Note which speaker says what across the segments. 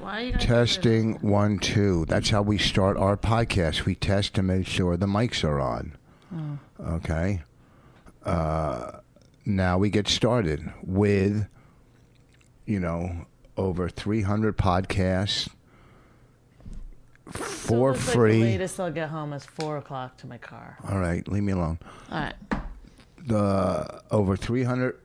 Speaker 1: Why you don't
Speaker 2: Testing one, two. That's how we start our podcast. We test to make sure the mics are on.
Speaker 1: Oh.
Speaker 2: Okay. Uh, now we get started with, you know, over 300 podcasts for
Speaker 1: Looks like
Speaker 2: free.
Speaker 1: the latest I'll get home is four o'clock to my car.
Speaker 2: All right, leave me alone.
Speaker 1: All right.
Speaker 2: the over 300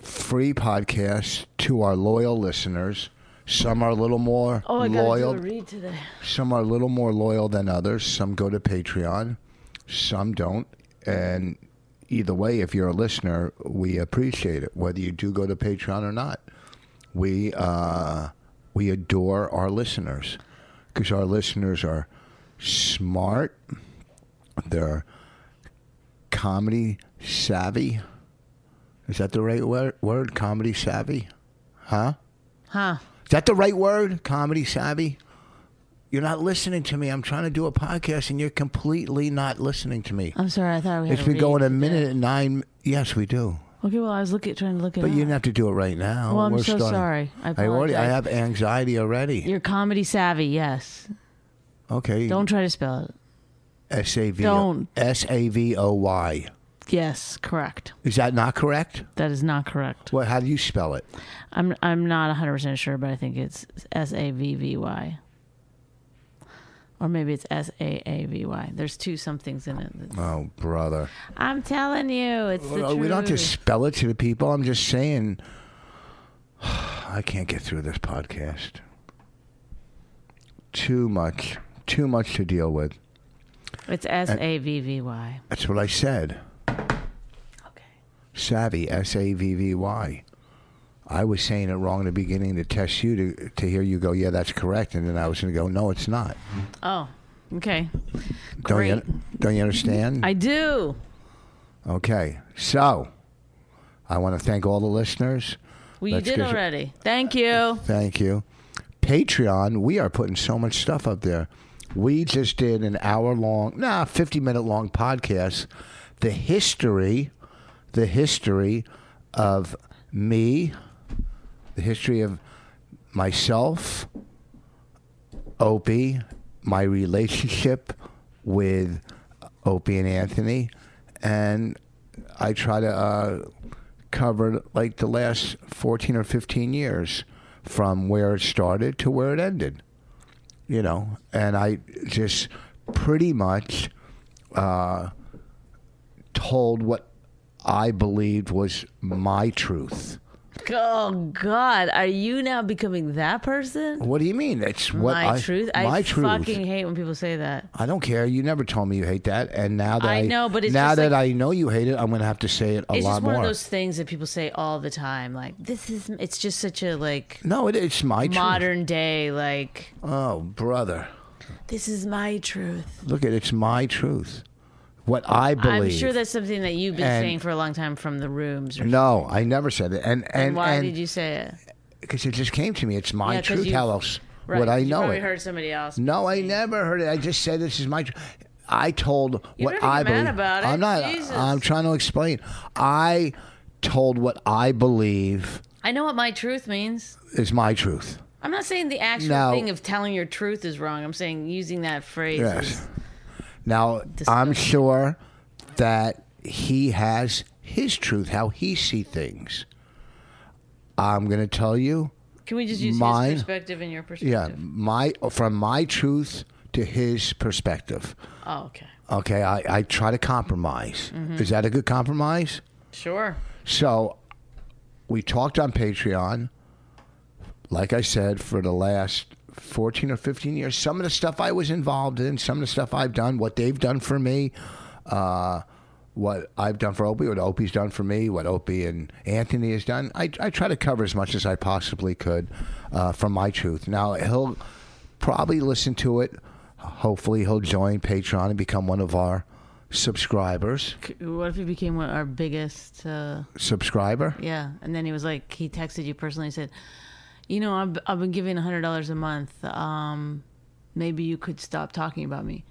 Speaker 2: free podcasts to our loyal listeners. Some are a little more
Speaker 1: Oh, I
Speaker 2: loyal.
Speaker 1: gotta do a read today.
Speaker 2: Some are a little more loyal than others. Some go to Patreon, some don't. And either way, if you're a listener, we appreciate it, whether you do go to Patreon or not. We uh, we adore our listeners because our listeners are smart, they're comedy savvy. Is that the right word? Word comedy savvy, huh?
Speaker 1: Huh?
Speaker 2: Is that the right word? Comedy savvy? You're not listening to me. I'm trying to do a podcast and you're completely not listening to me.
Speaker 1: I'm sorry. I thought we had.
Speaker 2: It's been going a minute and nine. Yes, we do.
Speaker 1: Okay. Well, I was looking trying to look it
Speaker 2: But
Speaker 1: up.
Speaker 2: you didn't have to do it right now.
Speaker 1: Well, I'm
Speaker 2: We're
Speaker 1: so
Speaker 2: starting.
Speaker 1: sorry. I
Speaker 2: already I
Speaker 1: apologize.
Speaker 2: have anxiety already.
Speaker 1: You're comedy savvy. Yes.
Speaker 2: Okay.
Speaker 1: Don't try to spell it.
Speaker 2: S A V
Speaker 1: don't.
Speaker 2: S A V O Y.
Speaker 1: Yes. Correct.
Speaker 2: Is that not correct?
Speaker 1: That is not correct.
Speaker 2: Well, how do you spell it?
Speaker 1: I'm I'm not 100 percent sure, but I think it's S A V V Y. Or maybe it's S A A V Y. There's two somethings in it.
Speaker 2: Oh, brother.
Speaker 1: I'm telling you, it's the
Speaker 2: Well,
Speaker 1: truth.
Speaker 2: we don't have to spell it to the people. I'm just saying, I can't get through this podcast. Too much, too much to deal with.
Speaker 1: It's S A V V Y.
Speaker 2: That's what I said.
Speaker 1: Okay.
Speaker 2: Savvy, S A V V Y. I was saying it wrong in the beginning to test you to to hear you go, yeah, that's correct, and then I was going to go, no, it's not.
Speaker 1: Oh. Okay.
Speaker 2: Don't you
Speaker 1: Great.
Speaker 2: don't you understand?
Speaker 1: I do.
Speaker 2: okay, so I want to thank all the listeners.
Speaker 1: Well, you
Speaker 2: Let's
Speaker 1: did
Speaker 2: get-
Speaker 1: already. Thank you.
Speaker 2: Thank you. Patreon, we are putting so much stuff up there. We just did an hour long, nah, 50 minute long podcast. The history, the history of me, the history of myself, Opie, my relationship with Opie and Anthony, and I try to uh, cover like the last 14 or 15 years from where it started to where it ended, you know, and I just pretty much uh, told what I believed was my truth.
Speaker 1: Oh God, are you now becoming that person?
Speaker 2: What do you mean? It's what
Speaker 1: my
Speaker 2: I,
Speaker 1: truth.
Speaker 2: My
Speaker 1: I
Speaker 2: truth.
Speaker 1: fucking hate when people say that.
Speaker 2: I don't care. You never told me you hate that, and now that I,
Speaker 1: I know, but it's
Speaker 2: now
Speaker 1: just
Speaker 2: that
Speaker 1: like-
Speaker 2: I know you hate it, I'm going to have to say it a
Speaker 1: It's
Speaker 2: lot
Speaker 1: just
Speaker 2: more.
Speaker 1: one of those things that people say all the time. Like this is. It's just such a like
Speaker 2: no, it, it's my truth.
Speaker 1: modern day. Like
Speaker 2: Oh, brother,
Speaker 1: this is my truth.
Speaker 2: look at it's my truth. What I believe.
Speaker 1: I'm sure that's something that you've been
Speaker 2: And-
Speaker 1: saying for a long time from the rooms. Or
Speaker 2: No, I never said it, and and
Speaker 1: why did you say it?
Speaker 2: Because it just came to me. It's my
Speaker 1: Yeah, 'cause
Speaker 2: truth.
Speaker 1: you-
Speaker 2: How else
Speaker 1: Right.
Speaker 2: would I
Speaker 1: 'cause you
Speaker 2: know
Speaker 1: probably
Speaker 2: it?
Speaker 1: heard somebody else.
Speaker 2: No, I never heard it. I just said this is my. Tr- I told what
Speaker 1: better get
Speaker 2: I
Speaker 1: mad
Speaker 2: believe.
Speaker 1: about it.
Speaker 2: I'm not.
Speaker 1: Jesus.
Speaker 2: I'm trying to explain. I told what I believe
Speaker 1: I know what my truth means.
Speaker 2: is my truth.
Speaker 1: I'm not saying the actual
Speaker 2: Now-
Speaker 1: thing of telling your truth is wrong. I'm saying using that phrase. is-
Speaker 2: Yes. Now I'm sure that he has his truth, how he see things. I'm going to tell you,
Speaker 1: Can we just use
Speaker 2: Mine-
Speaker 1: his perspective and your perspective?
Speaker 2: yeah, my from my truth to his perspective.
Speaker 1: Oh, okay.
Speaker 2: Okay, I, I try to compromise. Is that a good compromise?
Speaker 1: Sure.
Speaker 2: So we talked on Patreon, like I said, for the last 14 or 15 years. Some of the stuff I was involved in, some of the stuff I've done, what they've done for me, uh, what I've done for Opie, what Opie's done for me, what Opie and Anthony has done. I, I try to cover as much as I possibly could uh, from my truth. Now, he'll probably listen to it. Hopefully, he'll join Patreon and become one of our subscribers.
Speaker 1: C- What if he became one, our biggest? Uh,
Speaker 2: Subscriber?
Speaker 1: yeah. And then he was like, he texted you personally and said, you know, I've, I've been giving $100 a month. Um, maybe you could stop talking about me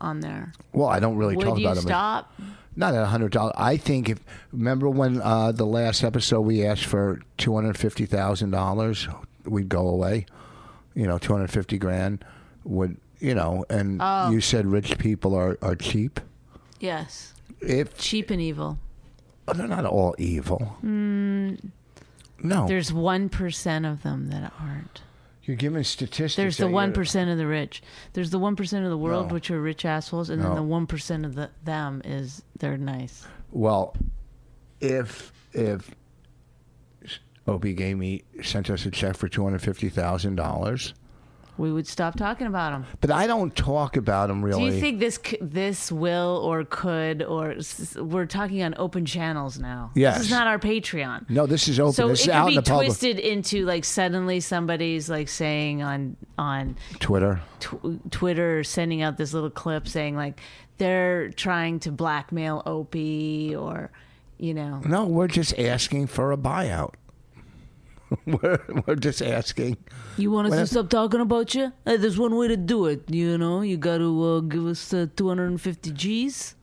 Speaker 1: on there.
Speaker 2: Well, I don't really talk
Speaker 1: Would you
Speaker 2: about him. as-
Speaker 1: stop?
Speaker 2: Not at hundred dollars. I think if remember when uh, the last episode we asked for two hundred fifty thousand dollars, we'd go away. You know, two hundred fifty grand would you know? And
Speaker 1: Oh.
Speaker 2: you said rich people are are cheap.
Speaker 1: Yes.
Speaker 2: If
Speaker 1: Cheap and evil.
Speaker 2: oh, they're not all evil. no,
Speaker 1: Mm. There's 1% of them that aren't.
Speaker 2: you're giving statistics.
Speaker 1: There's the
Speaker 2: that
Speaker 1: one
Speaker 2: you're-
Speaker 1: percent of the rich. There's the one percent of the world,
Speaker 2: No.
Speaker 1: which are rich assholes, and
Speaker 2: No.
Speaker 1: then the one percent of the, them is they're nice.
Speaker 2: Well, if if Opie gave me sent us a check for two hundred fifty thousand dollars,
Speaker 1: We would stop talking about them.
Speaker 2: but I don't talk about them really.
Speaker 1: Do you think this c- this will or could or s- we're talking on open channels now?
Speaker 2: Yes.
Speaker 1: this is not our Patreon.
Speaker 2: No, this is open.
Speaker 1: So
Speaker 2: this
Speaker 1: it
Speaker 2: is
Speaker 1: could
Speaker 2: out
Speaker 1: be
Speaker 2: in the public.
Speaker 1: twisted into like suddenly somebody's like saying on on
Speaker 2: Twitter.
Speaker 1: tw- Twitter sending out this little clip saying like they're trying to blackmail Opie or you know
Speaker 2: No, we're just asking for a buyout. we're, we're just asking.
Speaker 1: You want us
Speaker 2: Well,
Speaker 1: to stop talking about you? Hey, there's one way to do it. You know, you got to uh, give us uh, 250 G's.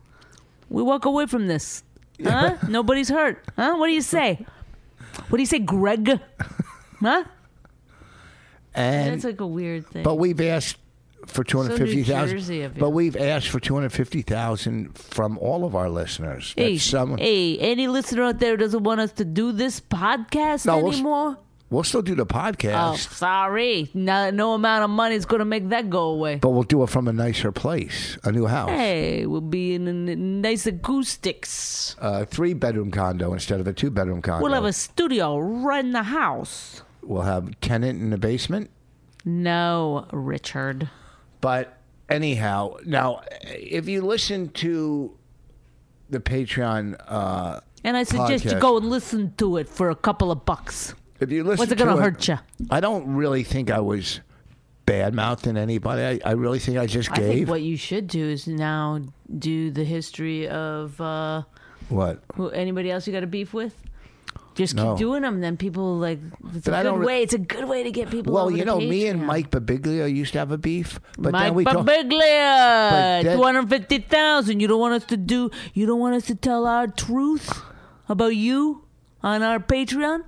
Speaker 1: We walk away from this. Huh? Nobody's hurt. Huh? What do you say? What do you say, Greg? Huh?
Speaker 2: And
Speaker 1: That's like a weird thing.
Speaker 2: but we've asked for two hundred fifty thousand.
Speaker 1: Jersey of you.
Speaker 2: but we've asked for two hundred fifty thousand from all of our listeners.
Speaker 1: hey,
Speaker 2: That's some-
Speaker 1: hey, any listener out there doesn't want us to do this podcast
Speaker 2: No, we'll-
Speaker 1: anymore?
Speaker 2: We'll still do the
Speaker 1: Oh,
Speaker 2: podcast,
Speaker 1: sorry. No, no amount of money is going to make that go away.
Speaker 2: but we'll do it from a nicer place, a new house,
Speaker 1: Hey, we'll be in a n- nice acoustics.
Speaker 2: a three-bedroom condo instead of a two-bedroom condo.
Speaker 1: We'll have a studio right in the house.
Speaker 2: We'll have tenant in the basement.
Speaker 1: No, Richard.
Speaker 2: But anyhow, now if you listen to the Patreon, uh,
Speaker 1: And I suggest you
Speaker 2: Podcast.
Speaker 1: go and listen to it for a couple of bucks.
Speaker 2: if you listen,
Speaker 1: What's it
Speaker 2: to
Speaker 1: gonna hurt ya?
Speaker 2: I don't really think I was bad mouthing anybody. I, I really think I just
Speaker 1: I think
Speaker 2: gave
Speaker 1: what you should do is now do the history of uh,
Speaker 2: what?
Speaker 1: who anybody else you got a beef with. Just
Speaker 2: No.
Speaker 1: keep doing them, then people like. It's a
Speaker 2: But I
Speaker 1: good
Speaker 2: don't re-
Speaker 1: way. It's a good way to get people.
Speaker 2: Well,
Speaker 1: over
Speaker 2: you
Speaker 1: to
Speaker 2: know, me and
Speaker 1: Patreon.
Speaker 2: Mike Babiglia used to have a beef, but
Speaker 1: Mike
Speaker 2: then we talked. But
Speaker 1: Babiglia,
Speaker 2: then-
Speaker 1: two hundred fifty thousand. You don't want us to do. You don't want us to tell our truth about you on our Patreon.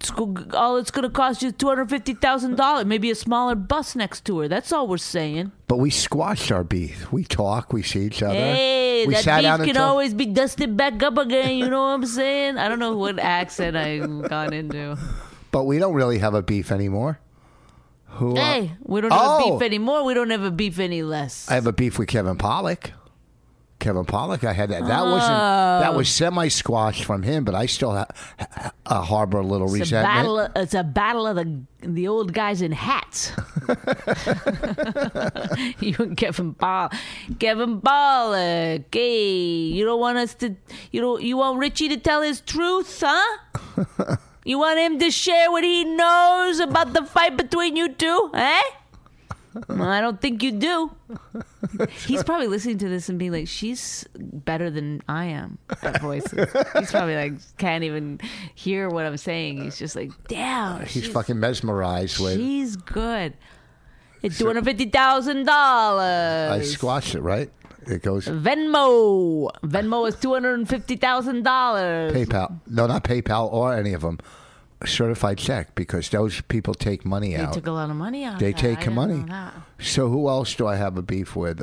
Speaker 1: It's go- all it's going to cost you is two hundred fifty thousand dollars. Maybe a smaller bus next to her. That's all we're saying.
Speaker 2: but we squashed our beef. We talk. We see each other.
Speaker 1: Hey,
Speaker 2: we
Speaker 1: that
Speaker 2: sat
Speaker 1: beef
Speaker 2: down
Speaker 1: can
Speaker 2: and talked.
Speaker 1: always be dusted back up again. You know what I'm saying? I don't know what accent I've gone into.
Speaker 2: But we don't really have a beef anymore. Who? uh,
Speaker 1: Hey, we don't have a
Speaker 2: Oh.
Speaker 1: beef anymore. We don't have a beef any less.
Speaker 2: I have a beef with Kevin Pollock. Kevin Pollock, I had that. That wasn't that was
Speaker 1: Oh.
Speaker 2: semi squashed from him, but I still ha- ha- uh, harbor a little
Speaker 1: It's a
Speaker 2: resentment.
Speaker 1: battle. It's a battle of the the old guys in hats. you and Kevin Ball, Kevin Pollock. Hey, you don't want us to. You don't. You want Richie to tell his truth, huh? you want him to share what he knows about the fight between you two, eh? Well, I don't think you do. He's probably listening to this and being like, "She's better than I am." That voice. is- He's probably like can't even hear what I'm saying. He's just like, "Damn,
Speaker 2: He's
Speaker 1: she's,
Speaker 2: fucking mesmerized with.
Speaker 1: she's good." It's two hundred fifty thousand dollars.
Speaker 2: I squashed it right. It goes
Speaker 1: Venmo. Venmo is two hundred and fifty thousand dollars.
Speaker 2: PayPal. No, not PayPal or any of them. Certified check because those people take money
Speaker 1: They
Speaker 2: out.
Speaker 1: took a lot of money out.
Speaker 2: They
Speaker 1: of that. I
Speaker 2: take
Speaker 1: didn't
Speaker 2: money.
Speaker 1: know that.
Speaker 2: So who else do I have a beef with?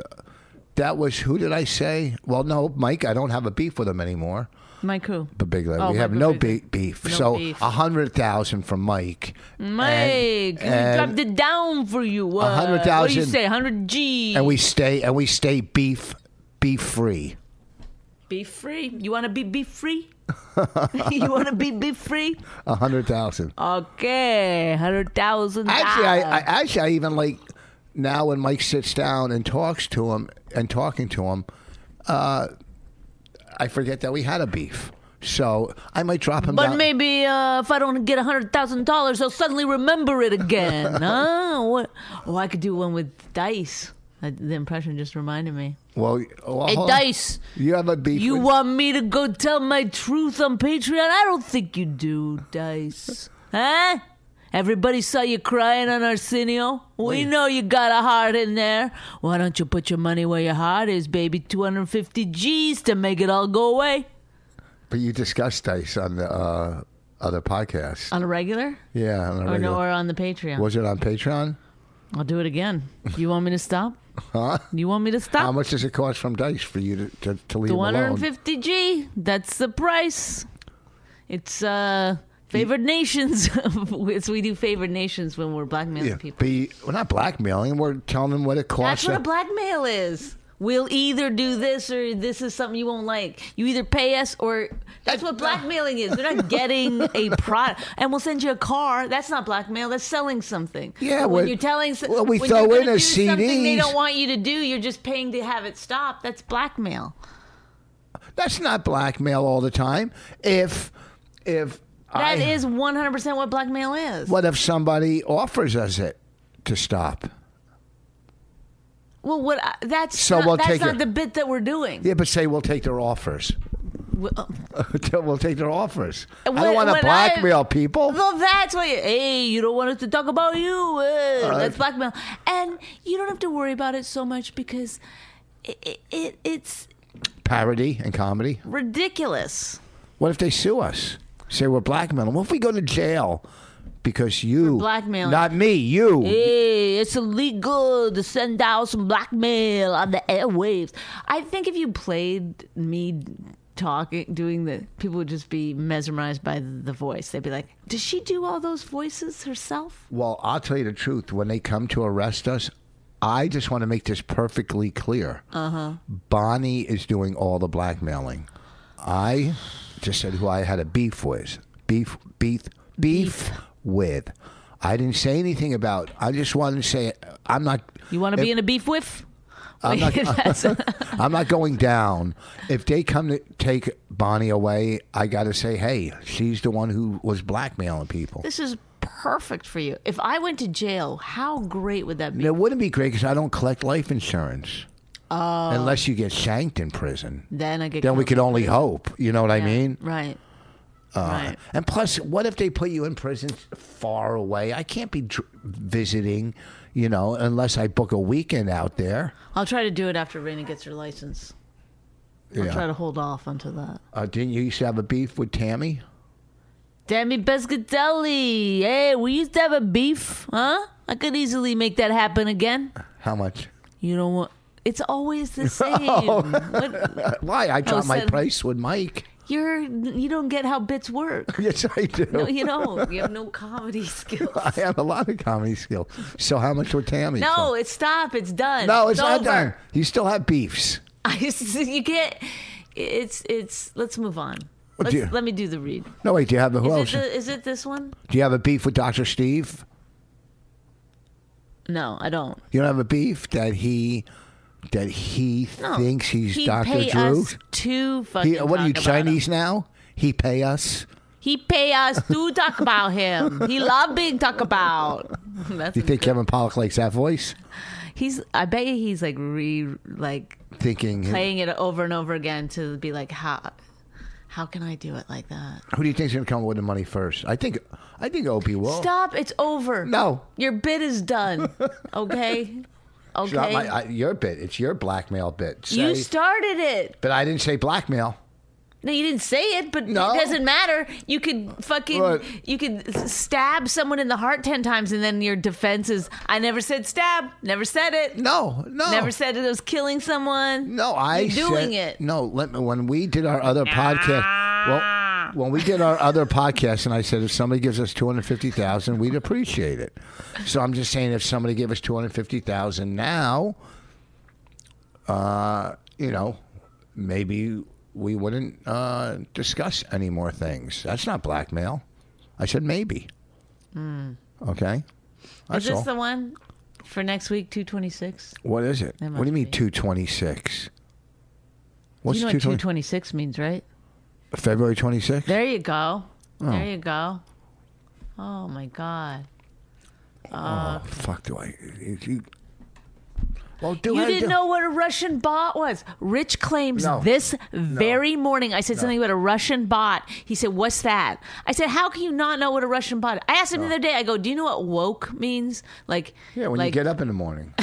Speaker 2: That was who did I say? Well, no, Mike. I don't have a beef with him anymore.
Speaker 1: Mike who?
Speaker 2: Babigla.
Speaker 1: Oh,
Speaker 2: we have
Speaker 1: Mike
Speaker 2: no be-
Speaker 1: Babigla.
Speaker 2: beef.
Speaker 1: No
Speaker 2: so
Speaker 1: beef.
Speaker 2: a hundred thousand from Mike. And-
Speaker 1: Mike, we
Speaker 2: and,
Speaker 1: dropped it down for you. Uh, What do you
Speaker 2: 100,000.
Speaker 1: say? Hundred G.
Speaker 2: and we stay and we stay beef beef free.
Speaker 1: Be free. You want to be be free? you want to be be free?
Speaker 2: A hundred thousand.
Speaker 1: Okay, hundred thousand. Ah.
Speaker 2: Actually, I, I actually I even like now when Mike sits down and talks to him and talking to him, uh, I forget that we had a beef. So I might drop him.
Speaker 1: But
Speaker 2: down.
Speaker 1: maybe uh, if I don't get hundred thousand dollars, I'll suddenly remember it again. huh? What? Oh, I could do one with dice. I, the impression just reminded me.
Speaker 2: Well, well,
Speaker 1: Hey,
Speaker 2: hold on.
Speaker 1: dice.
Speaker 2: You have a beef.
Speaker 1: You
Speaker 2: with-
Speaker 1: want me to go tell my truth on Patreon? I don't think you do, Dice. huh? Everybody saw you crying on Arsenio. We know you got a heart in there. Why don't you put your money where your heart is, baby? 250 G's to make it all go away.
Speaker 2: but you discussed dice on the uh, other podcast.
Speaker 1: On a regular?
Speaker 2: yeah, on the
Speaker 1: Or
Speaker 2: regular-
Speaker 1: no, or on the Patreon?
Speaker 2: was it on Patreon?
Speaker 1: I'll do it again. You want me to stop?
Speaker 2: Huh?
Speaker 1: You want me to stop?
Speaker 2: How much does it cost from Dice for you to, to, to leave
Speaker 1: The
Speaker 2: him alone?
Speaker 1: 150 G. That's the price. It's uh favored nations. it's we do favored nations when we're blackmailing
Speaker 2: Yeah,
Speaker 1: people.
Speaker 2: be, we're not blackmailing. We're telling them what it
Speaker 1: That's
Speaker 2: costs.
Speaker 1: what a
Speaker 2: to-
Speaker 1: blackmail is. We'll either do this or this is something you won't like. You either pay us or that's what blackmailing is. They're not getting a product, and we'll send you a car. That's not blackmail. That's selling something.
Speaker 2: Yeah,
Speaker 1: But when
Speaker 2: well-
Speaker 1: you're telling, so-
Speaker 2: well, we
Speaker 1: when
Speaker 2: throw
Speaker 1: you're
Speaker 2: in
Speaker 1: gonna
Speaker 2: a
Speaker 1: do something they
Speaker 2: CDs.
Speaker 1: don't want you to do. You're just paying to have it stopped. That's blackmail.
Speaker 2: That's not blackmail all the time. If if I,
Speaker 1: That is 100% what blackmail is.
Speaker 2: what if somebody offers us it to stop?
Speaker 1: Well, what I- that's
Speaker 2: So
Speaker 1: not,
Speaker 2: we'll
Speaker 1: that's
Speaker 2: take
Speaker 1: not
Speaker 2: it.
Speaker 1: the bit that we're doing.
Speaker 2: Yeah, but say we'll take their offers.
Speaker 1: Well,
Speaker 2: we'll take their offers. I
Speaker 1: When-
Speaker 2: don't want
Speaker 1: when I-
Speaker 2: to blackmail people.
Speaker 1: well, that's why. Hey, you don't want us to talk about you. Uh, that's blackmail, and you don't have to worry about it so much because it, it it's
Speaker 2: Parody and comedy.
Speaker 1: ridiculous.
Speaker 2: What if they sue us? Say we're blackmailing. What if we go to jail because you
Speaker 1: blackmailing.
Speaker 2: Not me. You.
Speaker 1: Hey, it's illegal to send out some blackmail on the airwaves. I think if you played me talking, doing the, people would just be mesmerized by the voice. They'd be like, "Does she do all those voices herself?"
Speaker 2: Well, I'll tell you the truth. When they come to arrest us, I just want to make this perfectly clear.
Speaker 1: Uh-huh.
Speaker 2: Bonnie is doing all the blackmailing. I just said who I had a beef with. Beef, beef, beef, with. I didn't say anything about. I just wanted to say I'm not.
Speaker 1: You want to be in a beef whiff? I'm
Speaker 2: not- I'm not going down. If they come to take Bonnie away, I got to say, hey, she's the one who was blackmailing people.
Speaker 1: this is perfect for you. If I went to jail, how great would that be?
Speaker 2: And It wouldn't be great because I don't collect life insurance.
Speaker 1: Oh.
Speaker 2: Unless you get shanked in prison.
Speaker 1: Then I get
Speaker 2: Then we
Speaker 1: killed.
Speaker 2: could Uh, only hope. You know what I mean?
Speaker 1: right. right.
Speaker 2: And plus, what if they put you in prison far away? I can't be dr- visiting, you know, unless I book a weekend out there.
Speaker 1: I'll try to do it after Raina gets her license. I'll try to hold off until that.
Speaker 2: Uh, didn't you used to have a beef with Tammy?
Speaker 1: Demi Biscatelli. Hey, we used to have a beef, huh? I could easily make that happen again.
Speaker 2: How much?
Speaker 1: You know what? It's always the same.
Speaker 2: Oh.
Speaker 1: What-
Speaker 2: Uh, Why? I dropped my
Speaker 1: Oh, said-
Speaker 2: price with Mike.
Speaker 1: You're you don't get how bits work.
Speaker 2: Yes, I do.
Speaker 1: You know, you have no comedy skills.
Speaker 2: I have a lot of comedy skills. So how much with Tammy?
Speaker 1: No, it's stop. It's done.
Speaker 2: no, it's not
Speaker 1: over.
Speaker 2: done. You still have beefs.
Speaker 1: I just, you can't. It's it's. Let's move on.
Speaker 2: What
Speaker 1: Let's,
Speaker 2: do you-
Speaker 1: let me do the read.
Speaker 2: No, wait. Do you have a who
Speaker 1: Is
Speaker 2: else?
Speaker 1: it, the, is it this one?
Speaker 2: Do you have a beef with Dr. Steve?
Speaker 1: No, I don't.
Speaker 2: You don't have a beef that he that he
Speaker 1: No.
Speaker 2: thinks he's
Speaker 1: he
Speaker 2: Dr.
Speaker 1: pay
Speaker 2: Drew?
Speaker 1: us two fucking.
Speaker 2: He, what are you
Speaker 1: talk about him.
Speaker 2: Chinese now? He pay us?
Speaker 1: He pay us to talk about him. He love being talked about. That's
Speaker 2: You think Kevin Pollock likes that voice?
Speaker 1: he's? I bet you he's like re like
Speaker 2: Thinking
Speaker 1: playing it over and over again to be like how. How can I do it like that?
Speaker 2: who do you think's gonna come with the money first? I think I think Opie will.
Speaker 1: Stop! It's over.
Speaker 2: Oh. No.
Speaker 1: your bit is done. Okay, okay.
Speaker 2: It's not my I, your bit. It's your blackmail bit.
Speaker 1: you
Speaker 2: Say-
Speaker 1: started it.
Speaker 2: but I didn't say blackmail.
Speaker 1: No, you didn't say it, but
Speaker 2: No.
Speaker 1: it doesn't matter. You could fucking
Speaker 2: What?
Speaker 1: you could s- stab someone in the heart ten times, and then your defense is, "I never said stab, never said it,
Speaker 2: No, no.
Speaker 1: never said it was killing someone."
Speaker 2: No, I
Speaker 1: You're doing
Speaker 2: said-
Speaker 1: it.
Speaker 2: No, let me, when we did our other podcast,
Speaker 1: Ah.
Speaker 2: well, when we did our other podcast, and I said if somebody gives us two hundred fifty thousand, we'd appreciate it. So I'm just saying, if somebody gave us two hundred fifty thousand now, uh, you know, maybe we wouldn't uh, discuss any more things. That's not blackmail. I said maybe. Okay.
Speaker 1: Hmm. Is
Speaker 2: That's
Speaker 1: this
Speaker 2: all.
Speaker 1: the one for next week, 226?
Speaker 2: what is it? What do you
Speaker 1: must
Speaker 2: mean
Speaker 1: be.
Speaker 2: 226? What's
Speaker 1: You know what
Speaker 2: 220?
Speaker 1: 226 means, right?
Speaker 2: February 26th?
Speaker 1: There you go. There you go. Oh, my God.
Speaker 2: oh, fuck do I. you- you- well, do
Speaker 1: You
Speaker 2: I do-
Speaker 1: didn't know what a Russian bot was. Rich claims
Speaker 2: No.
Speaker 1: this very morning. I said something about a Russian bot. He said, "What's that?" I said, "How can you not know what a Russian bot?" is?" I asked him the other day. I go, "Do you know what woke means?" Like,
Speaker 2: Yeah, when
Speaker 1: like,
Speaker 2: you get up in the morning.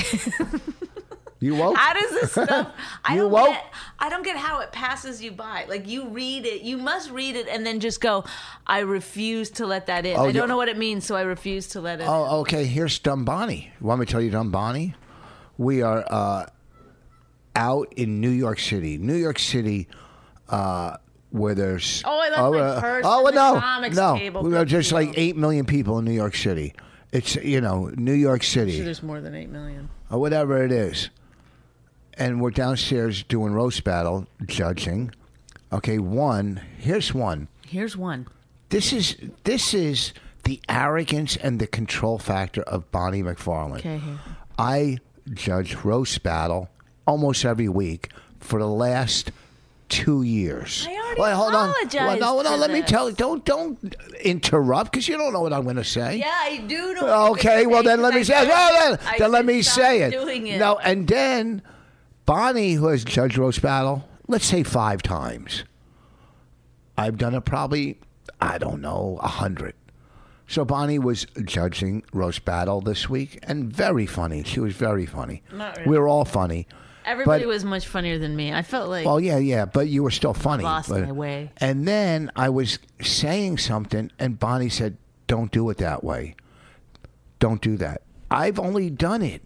Speaker 2: you woke?
Speaker 1: How does this stuff? I
Speaker 2: You
Speaker 1: don't
Speaker 2: woke?
Speaker 1: get. I don't get how it passes you by. Like you read it, you must read it, and then just go. I refuse to let that in.
Speaker 2: Oh,
Speaker 1: I don't
Speaker 2: you-
Speaker 1: know what it means, so I refuse to let it. in.
Speaker 2: Oh, okay. Here's Dumbani. Want me to tell you Dumbani? We are uh, out in New York City. New York City, uh, where there's
Speaker 1: Oh, I left my
Speaker 2: uh,
Speaker 1: purse
Speaker 2: oh,
Speaker 1: on the
Speaker 2: no,
Speaker 1: comics
Speaker 2: no,
Speaker 1: table.
Speaker 2: We are
Speaker 1: Good
Speaker 2: just
Speaker 1: deal.
Speaker 2: like eight million people in New York City. It's you know New York City
Speaker 1: There's more than eight million.
Speaker 2: or whatever it is. And we're downstairs doing roast battle judging. Okay, one. Here's one.
Speaker 1: Here's one.
Speaker 2: This is this is the arrogance and the control factor of Bonnie McFarlane.
Speaker 1: Okay, here.
Speaker 2: I judge roast battle almost every week for the last two years.
Speaker 1: I already
Speaker 2: Wait, hold on.
Speaker 1: apologized
Speaker 2: Well, no, no.
Speaker 1: for
Speaker 2: Let me
Speaker 1: this.
Speaker 2: tell. Don't don't interrupt because you don't know what I'm going to say.
Speaker 1: Yeah, I do know. what
Speaker 2: Okay,
Speaker 1: you're
Speaker 2: well then
Speaker 1: saying,
Speaker 2: let me
Speaker 1: because
Speaker 2: say
Speaker 1: I
Speaker 2: it. Well,
Speaker 1: started-
Speaker 2: then,
Speaker 1: I
Speaker 2: then let
Speaker 1: said
Speaker 2: me
Speaker 1: stop
Speaker 2: say it.
Speaker 1: Doing it.
Speaker 2: No, and then Bonnie, who has judged roast battle, let's say five times. I've done it probably, I don't know, a hundred. So Bonnie was judging roast battle this week, and very funny. She was very funny.
Speaker 1: Not really.
Speaker 2: We were all funny.
Speaker 1: Everybody
Speaker 2: But-
Speaker 1: was much funnier than me. I felt like
Speaker 2: Well, yeah, yeah, but you were still funny.
Speaker 1: lost
Speaker 2: But-
Speaker 1: my way.
Speaker 2: And then I was saying something, and Bonnie said, "Don't do it that way. Don't do that." I've only done it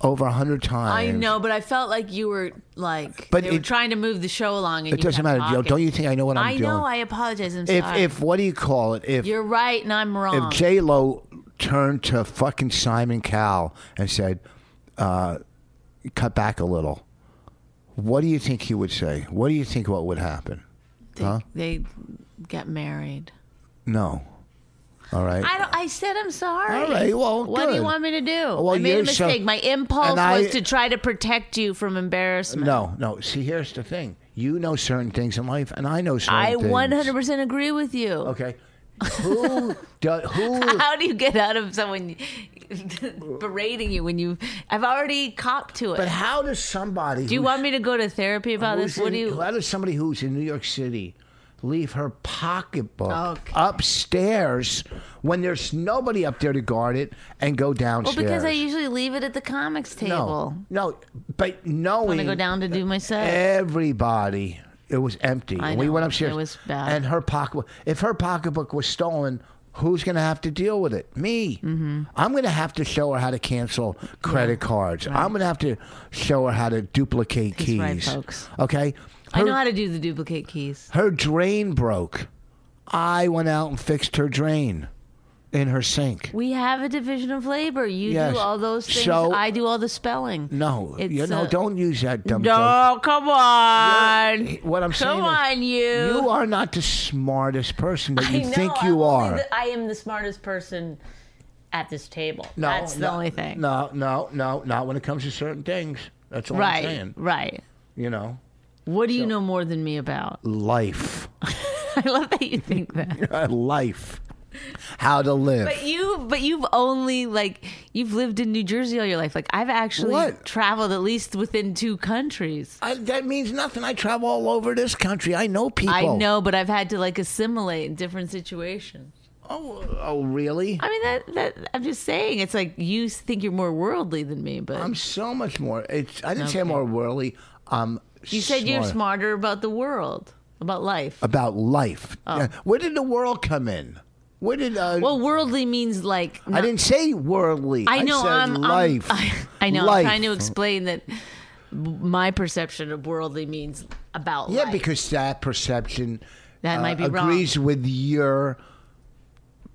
Speaker 2: over a hundred times.
Speaker 1: I know, but I felt like you were like
Speaker 2: But
Speaker 1: they were
Speaker 2: it-
Speaker 1: trying to move the show along. And
Speaker 2: It
Speaker 1: you
Speaker 2: doesn't
Speaker 1: kept
Speaker 2: matter. Yo,
Speaker 1: talking.
Speaker 2: don't you think I know what I'm
Speaker 1: I
Speaker 2: doing?
Speaker 1: know. I apologize. I'm
Speaker 2: if
Speaker 1: sorry.
Speaker 2: if what do you call it? If
Speaker 1: You're right and I'm
Speaker 2: if
Speaker 1: wrong.
Speaker 2: J Lo turned to fucking Simon Cowell and said, uh, "Cut back a little," what do you think he would say? What do you think what would happen?
Speaker 1: they, they get married.
Speaker 2: No. All right.
Speaker 1: I don't. I said I'm sorry.
Speaker 2: All right, well,
Speaker 1: what do you
Speaker 2: good.
Speaker 1: want me to do?
Speaker 2: Well,
Speaker 1: I made a
Speaker 2: you're so-
Speaker 1: mistake. My impulse
Speaker 2: And I-
Speaker 1: was to try to protect you from embarrassment.
Speaker 2: No, no. See, here's the thing. You know certain things in life, and I know certain
Speaker 1: I
Speaker 2: things.
Speaker 1: 100% agree with you.
Speaker 2: Okay. Who? do, who?
Speaker 1: How do you get out of someone berating you when you? I've already copped to it.
Speaker 2: But how does somebody?
Speaker 1: do you want me to go to therapy about this? What do you?
Speaker 2: How does somebody who's in New York City leave her pocketbook
Speaker 1: Okay.
Speaker 2: upstairs when there's nobody up there to guard it and go
Speaker 1: Well,
Speaker 2: downstairs?
Speaker 1: because I usually leave it at the comics table.
Speaker 2: no, no. But
Speaker 1: I'm
Speaker 2: knowing
Speaker 1: gonna go down to do my
Speaker 2: Eh,
Speaker 1: set.
Speaker 2: everybody. It was empty.
Speaker 1: I
Speaker 2: And we
Speaker 1: know.
Speaker 2: went upstairs.
Speaker 1: It was bad.
Speaker 2: And her pocketbook. If her pocketbook was stolen, who's going to have to deal with it? Me. Mm-hmm. I'm going to have to show her how to cancel credit cards. I'm going to have to show her how to duplicate keys.
Speaker 1: right, folks.
Speaker 2: Okay.
Speaker 1: I
Speaker 2: Her-
Speaker 1: know how to do the duplicate keys.
Speaker 2: her drain broke. I went out and fixed her drain in her sink.
Speaker 1: We have a division of labor. You
Speaker 2: Yes.
Speaker 1: do all those things.
Speaker 2: So-
Speaker 1: I do all the spelling.
Speaker 2: No,
Speaker 1: It's,
Speaker 2: you know,
Speaker 1: uh,
Speaker 2: don't use that dumb joke.
Speaker 1: No, come on.
Speaker 2: eh, What I'm saying
Speaker 1: Come
Speaker 2: is,
Speaker 1: on, you.
Speaker 2: you are not the smartest person that you
Speaker 1: I know,
Speaker 2: think
Speaker 1: I'm
Speaker 2: you
Speaker 1: only
Speaker 2: are.
Speaker 1: the- I am the smartest person at this table.
Speaker 2: No,
Speaker 1: That's the
Speaker 2: no,
Speaker 1: only thing.
Speaker 2: No, no, no, not when it comes to certain things. That's all I'm
Speaker 1: right.
Speaker 2: saying.
Speaker 1: Right.
Speaker 2: You know,
Speaker 1: What do you know more than me about?
Speaker 2: life,
Speaker 1: I love that you think that.
Speaker 2: life, how to live.
Speaker 1: But you, but you've only like you've lived in New Jersey all your life. Like I've actually
Speaker 2: What?
Speaker 1: traveled at least within two countries.
Speaker 2: I, that means nothing. I travel all over this country. I know people.
Speaker 1: I know, but I've had to like assimilate in different situations.
Speaker 2: Oh, oh, really?
Speaker 1: I mean that that I'm just saying it's like you think you're more worldly than me, but
Speaker 2: I'm so much more. It's. I didn't say
Speaker 1: Okay.
Speaker 2: more worldly. Um,
Speaker 1: you said you're smarter about the world, about life.
Speaker 2: about life. Yeah. Where did the world come in? Where did? Uh,
Speaker 1: Oh. Well, worldly means like
Speaker 2: I didn't say worldly.
Speaker 1: I know
Speaker 2: said
Speaker 1: I'm, I'm-
Speaker 2: life.
Speaker 1: i I know.
Speaker 2: Life.
Speaker 1: I'm trying to explain that my perception of worldly means about
Speaker 2: Yeah,
Speaker 1: life.
Speaker 2: because that perception uh,
Speaker 1: That might be wrong.
Speaker 2: agrees with your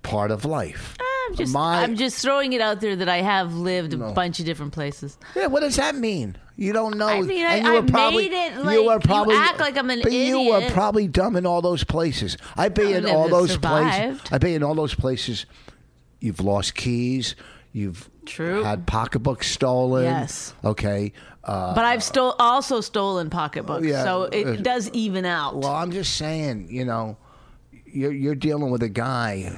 Speaker 2: part of life.
Speaker 1: Ah, I'm just
Speaker 2: My-
Speaker 1: I'm just throwing it out there that I have lived a bunch of different places.
Speaker 2: Yeah, what does that mean? You don't know.
Speaker 1: I mean, I-
Speaker 2: and you
Speaker 1: I
Speaker 2: were probably,
Speaker 1: made it, like,
Speaker 2: you were
Speaker 1: you
Speaker 2: probably
Speaker 1: act like I'm an
Speaker 2: but you were
Speaker 1: idiot.
Speaker 2: probably dumb in all those places. I bet in
Speaker 1: never
Speaker 2: all those
Speaker 1: survived.
Speaker 2: places. I bet in all those places, you've lost keys. You've
Speaker 1: True.
Speaker 2: had pocketbooks stolen.
Speaker 1: Yes.
Speaker 2: Okay. Uh,
Speaker 1: But I've stole also stolen pocketbooks,
Speaker 2: yeah,
Speaker 1: so it
Speaker 2: uh,
Speaker 1: does even out.
Speaker 2: well, I'm just saying. You know, you're you're dealing with a guy,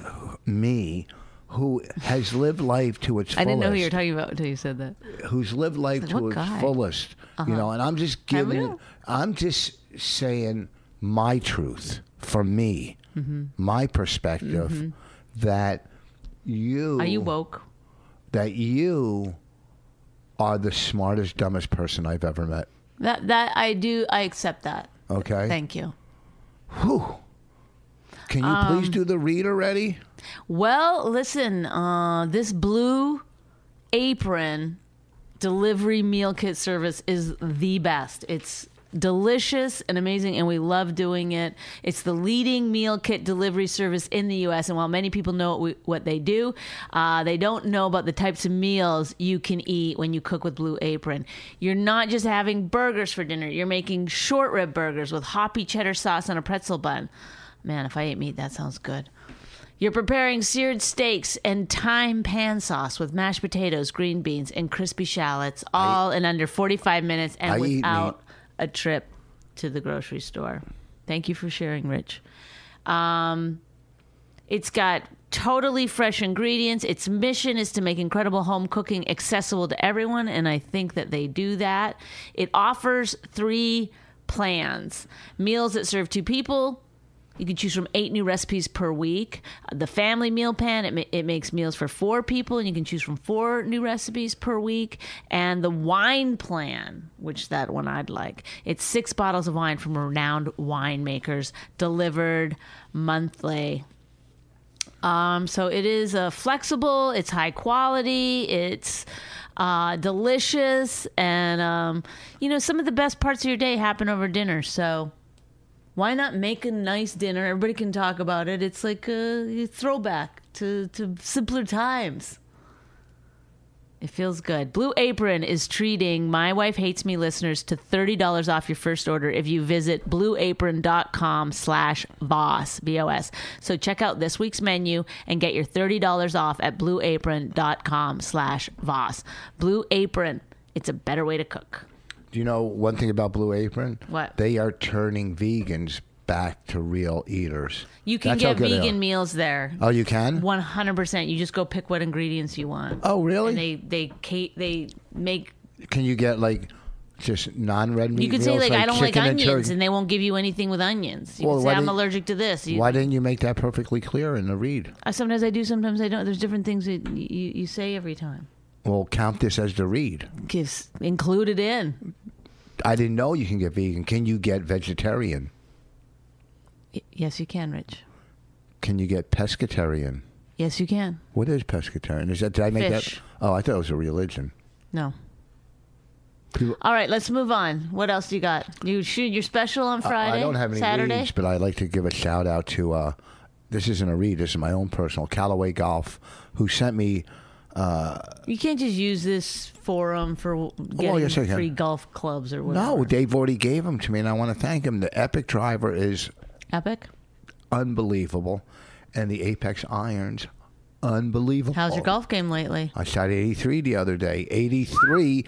Speaker 2: me, who has lived life to its fullest.
Speaker 1: I didn't know who you were talking about until you said that.
Speaker 2: who's lived life to
Speaker 1: What
Speaker 2: its
Speaker 1: guy? Uh-huh.
Speaker 2: fullest, you know. And I'm just giving,
Speaker 1: will.
Speaker 2: I'm just saying my truth for me,
Speaker 1: Mm-hmm.
Speaker 2: my perspective that you,
Speaker 1: Are you woke?
Speaker 2: that you are the smartest, dumbest person I've ever met.
Speaker 1: That that I do. I accept that.
Speaker 2: Okay,
Speaker 1: Thank you.
Speaker 2: Whew. Can you
Speaker 1: Um,
Speaker 2: please do the read already?
Speaker 1: Well, listen, uh, this blue apron delivery meal kit service is the best. It's delicious and amazing, and we love doing it. It's the leading meal kit delivery service in the U.S., and while many people know what, we, what they do, uh, they don't know about the types of meals you can eat when you cook with Blue Apron. You're not just having burgers for dinner, you're making short rib burgers with hoppy cheddar sauce on a pretzel bun. Man, if I ate meat, that sounds good. You're preparing seared steaks and thyme pan sauce with mashed potatoes, green beans, and crispy shallots, all in under 45 minutes and
Speaker 2: I eat
Speaker 1: without a trip to the grocery store. Thank you for sharing, Rich. Um, it's got totally fresh ingredients. Its mission is to make incredible home cooking accessible to everyone, and I think that they do that. It offers three plans meals that serve two people. You can choose from eight new recipes per week. Uh, The family meal plan, it, ma- it makes meals for four people, and you can choose from four new recipes per week. And the wine plan, which that one I'd like, it's six bottles of wine from renowned winemakers delivered monthly. Um, so it is uh, flexible, it's high quality, it's uh, delicious, and um, you know some of the best parts of your day happen over dinner. So why not make a nice dinner? Everybody can talk about it. It's like a throwback to, to simpler times. It feels good. Blue Apron is treating My Wife Hates Me listeners to $30 off your first order if you visit blueapron.com slash boss, B-O-S. So check out this week's menu and get your $30 off at blueapron.com slash boss. Blue Apron, it's a better way to cook.
Speaker 2: Do you know one thing about Blue Apron?
Speaker 1: What?
Speaker 2: they are turning vegans back to real eaters.
Speaker 1: You can
Speaker 2: That's how
Speaker 1: get
Speaker 2: good they
Speaker 1: vegan
Speaker 2: are.
Speaker 1: meals there.
Speaker 2: Oh, you can.
Speaker 1: One hundred percent. You just go pick what ingredients you want.
Speaker 2: Oh, really?
Speaker 1: And they they ca- they make.
Speaker 2: Can you get like just non-red meat?
Speaker 1: You could
Speaker 2: meals,
Speaker 1: say like, I don't like
Speaker 2: chicken and
Speaker 1: onions,
Speaker 2: turkey?
Speaker 1: and, they won't give you anything with onions. You
Speaker 2: Well,
Speaker 1: could
Speaker 2: why
Speaker 1: say I'm
Speaker 2: didn't-
Speaker 1: allergic to this. You,
Speaker 2: Why didn't you make that perfectly clear in the read?
Speaker 1: Uh, sometimes I do, sometimes I don't. There's different things that y- you, you say every time.
Speaker 2: Well, count this as the read.
Speaker 1: Gives included in.
Speaker 2: I didn't know you can get vegan. Can you get vegetarian?
Speaker 1: Y- yes, you can, Rich.
Speaker 2: Can you get pescatarian?
Speaker 1: Yes, you can.
Speaker 2: What is pescatarian? Is that did I make
Speaker 1: Fish.
Speaker 2: that? Oh, I thought it was a religion.
Speaker 1: No.
Speaker 2: People-
Speaker 1: All right, let's move on. What else you got? You shoot your special on Friday.
Speaker 2: I don't have any
Speaker 1: Saturday.
Speaker 2: reads, but I like to give a shout out to. Uh, this isn't a read. This is my own personal Callaway Golf, who sent me.
Speaker 1: You can't just use this forum for getting
Speaker 2: Oh, yes, I can.
Speaker 1: free golf clubs or whatever.
Speaker 2: No, Dave already gave them to me, and I want to thank him. The Epic Driver is
Speaker 1: Epic.
Speaker 2: unbelievable, and the Apex Irons, unbelievable.
Speaker 1: How's your golf game lately?
Speaker 2: I shot 83 the other day. 83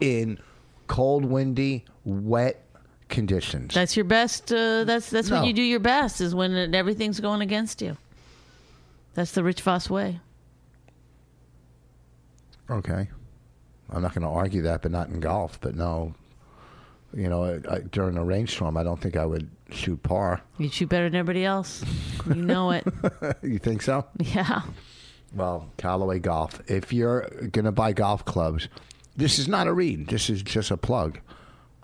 Speaker 2: in cold, windy, wet conditions.
Speaker 1: That's your best. Uh, that's that's when
Speaker 2: No.
Speaker 1: you do your best is when it, everything's going against you. That's the Rich Voss way.
Speaker 2: okay. I'm not going to argue that, but not in golf. But no, you know, I, I, during a rainstorm, I don't think I would shoot par.
Speaker 1: You shoot better than everybody else. You know it.
Speaker 2: you think so?
Speaker 1: yeah.
Speaker 2: Well, Callaway Golf. If you're going to buy golf clubs, this is not a read. This is just a plug.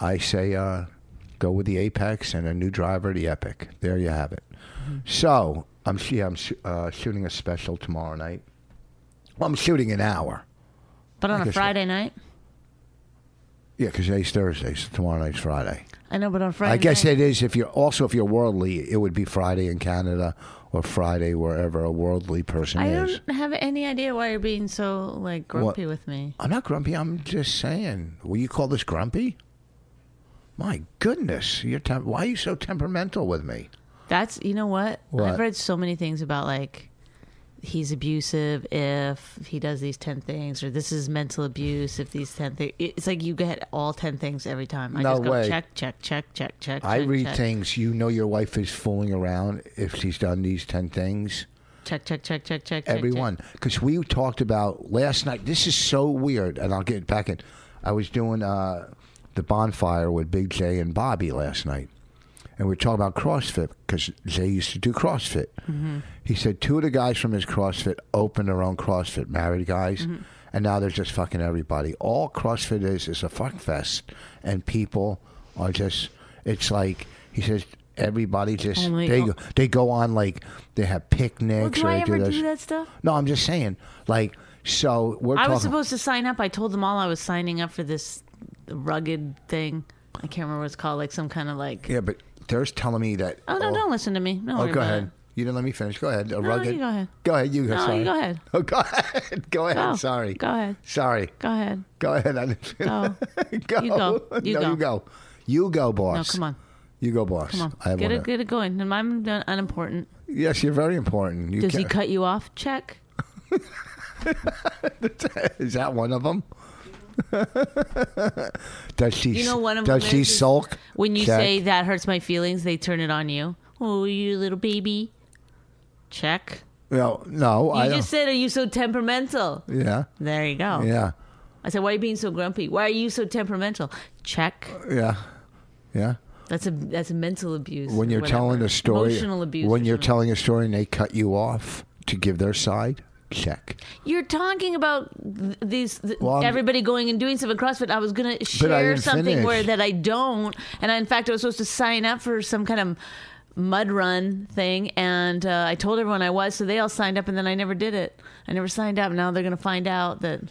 Speaker 2: I say uh, go with the Apex and a new driver, the Epic. There you have it. So I'm sh- I'm sh- uh, shooting a special tomorrow night. Well, I'm shooting an hour.
Speaker 1: But on
Speaker 2: I
Speaker 1: a
Speaker 2: guess so.
Speaker 1: Friday night.
Speaker 2: Yeah, because today's Thursday, so tomorrow night's Friday.
Speaker 1: I know, but on Friday.
Speaker 2: I guess
Speaker 1: night,
Speaker 2: it is. If you're also if you're worldly, it would be Friday in Canada or Friday, wherever a worldly person
Speaker 1: I
Speaker 2: is.
Speaker 1: don't have any idea why you're being so like grumpy with me.
Speaker 2: I'm not grumpy. I'm just saying. Will you call this grumpy? My goodness, you're tem- why are you so temperamental with me?
Speaker 1: That's you know what?
Speaker 2: What?
Speaker 1: I've read so many things about like he's abusive if he does these 10 things or this is mental abuse if these 10 things it's like you get all 10 things every time i
Speaker 2: No
Speaker 1: just go
Speaker 2: way.
Speaker 1: check check check check check
Speaker 2: I
Speaker 1: check,
Speaker 2: read
Speaker 1: check,
Speaker 2: things. You know, your wife is fooling around if she's done these ten things.
Speaker 1: check check check check check check,
Speaker 2: Everyone, because we talked about last night. This is so weird, and I'll get back in. I was doing uh, the bonfire with Big J and Bobby last night, and we were talking about CrossFit because Jay used to do CrossFit.
Speaker 1: Mm-hmm.
Speaker 2: He said two of the guys from his CrossFit opened their own CrossFit, married guys,
Speaker 1: Mm-hmm.
Speaker 2: and now they're just fucking everybody. All CrossFit is is a fuck fest, and people are just. It's like he says. Everybody just
Speaker 1: Oh my
Speaker 2: they go,
Speaker 1: God.
Speaker 2: they go on like they have picnics.
Speaker 1: Well, do I
Speaker 2: Actually,
Speaker 1: ever
Speaker 2: this.
Speaker 1: do that stuff?
Speaker 2: No, I'm just saying. Like, so we're
Speaker 1: I
Speaker 2: talking.
Speaker 1: was supposed to sign up. I told them all I was signing up for this rugged thing. I can't remember what it's called, like some kind of like.
Speaker 2: yeah, but they're telling me that.
Speaker 1: Oh no! Don't listen to me. Don't
Speaker 2: Oh,
Speaker 1: worry
Speaker 2: go
Speaker 1: about
Speaker 2: ahead.
Speaker 1: it.
Speaker 2: You didn't let me finish. Go ahead. A
Speaker 1: no,
Speaker 2: rugged.
Speaker 1: you go ahead.
Speaker 2: Go ahead. You go.
Speaker 1: No, you
Speaker 2: sorry.
Speaker 1: go ahead.
Speaker 2: Oh, go ahead. Go ahead.
Speaker 1: Go.
Speaker 2: Sorry.
Speaker 1: Go ahead.
Speaker 2: Sorry.
Speaker 1: Go ahead.
Speaker 2: Go ahead. I didn't
Speaker 1: Go.
Speaker 2: go.
Speaker 1: You go. You
Speaker 2: no,
Speaker 1: go.
Speaker 2: you go. You go,
Speaker 1: No,
Speaker 2: boss.
Speaker 1: come on,
Speaker 2: You go, boss.
Speaker 1: come on.
Speaker 2: I have
Speaker 1: get
Speaker 2: one.
Speaker 1: it, get it going. And I'm done, unimportant.
Speaker 2: Yes, you're very important. You
Speaker 1: Does he
Speaker 2: can't-
Speaker 1: cut you off? Check.
Speaker 2: Is that one of them? does she?
Speaker 1: You know one of
Speaker 2: does
Speaker 1: them
Speaker 2: she
Speaker 1: is-
Speaker 2: sulk?
Speaker 1: When you
Speaker 2: Check.
Speaker 1: say that hurts my feelings, they turn it on you. Oh, you little baby. Check.
Speaker 2: no, no,
Speaker 1: You
Speaker 2: I don't.
Speaker 1: just Oh. said, "Are you so temperamental?"
Speaker 2: yeah,
Speaker 1: There you go.
Speaker 2: yeah,
Speaker 1: I said, "Why are you being so grumpy? Why are you so temperamental?" Check.
Speaker 2: yeah, yeah.
Speaker 1: That's a that's a mental abuse.
Speaker 2: when
Speaker 1: or
Speaker 2: you're
Speaker 1: whatever.
Speaker 2: telling a story
Speaker 1: emotional abuse.
Speaker 2: when
Speaker 1: or
Speaker 2: you're
Speaker 1: something.
Speaker 2: telling a story and they cut you off to give their side check
Speaker 1: you're talking about th- these th-
Speaker 2: Well, I'm-
Speaker 1: everybody going and doing stuff at CrossFit. I was gonna share
Speaker 2: didn't
Speaker 1: something
Speaker 2: finish.
Speaker 1: where that I don't, and I, in fact, I was supposed to sign up for some kind of mud run thing, and uh, I told everyone I was, so they all signed up, and then I never did it. I never signed up. Now they're gonna find out that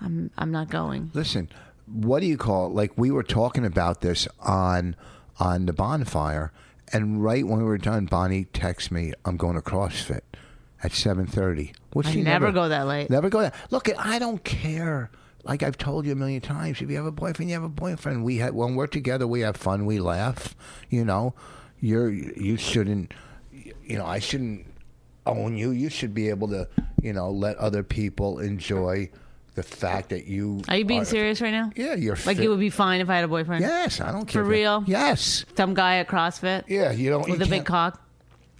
Speaker 1: I'm I'm not going.
Speaker 2: listen what do you call it like we were talking about this on on the bonfire and right when we were done bonnie texts me i'm going to crossfit at 7.30 which
Speaker 1: I
Speaker 2: she
Speaker 1: never go that late.
Speaker 2: never go that look i don't care like I've told you a million times, if you have a boyfriend, you have a boyfriend. We ha when we're together, we have fun, we laugh. You know, you're you shouldn't, you know, I shouldn't own you. You should be able to, you know, let other people enjoy the fact that you
Speaker 1: Are you being serious right now?
Speaker 2: Yeah, you're
Speaker 1: Like
Speaker 2: fit.
Speaker 1: it would be fine if I had a boyfriend.
Speaker 2: Yes, I don't care
Speaker 1: For
Speaker 2: if you-
Speaker 1: real?
Speaker 2: Yes,
Speaker 1: Some guy at CrossFit
Speaker 2: yeah, you don't. you
Speaker 1: with a big
Speaker 2: can't-
Speaker 1: cock.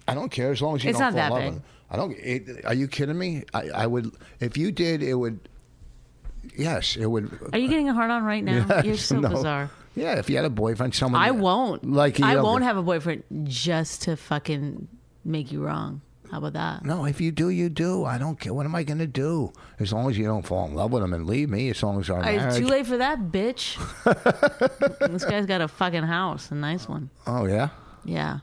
Speaker 2: I don't care as long as you
Speaker 1: It's
Speaker 2: don't
Speaker 1: not
Speaker 2: fall
Speaker 1: that
Speaker 2: in love with it. I don't. It, are you kidding me? I, I would. If you did, it would. Yes, it would.
Speaker 1: Are you getting a hard on right now? You're so
Speaker 2: No.
Speaker 1: bizarre.
Speaker 2: Yeah, if you had a boyfriend, someone
Speaker 1: I won't.
Speaker 2: like you
Speaker 1: I
Speaker 2: don't-
Speaker 1: won't have a boyfriend just to fucking make you wrong. How about that?
Speaker 2: No, if you do, you do. I don't care. What am I going to do? As long as you don't fall in love with him and leave me, as long as our
Speaker 1: All right, It's
Speaker 2: marriage.
Speaker 1: too late for that, bitch. this guy's got a fucking house, a nice one.
Speaker 2: Oh yeah,
Speaker 1: Yeah.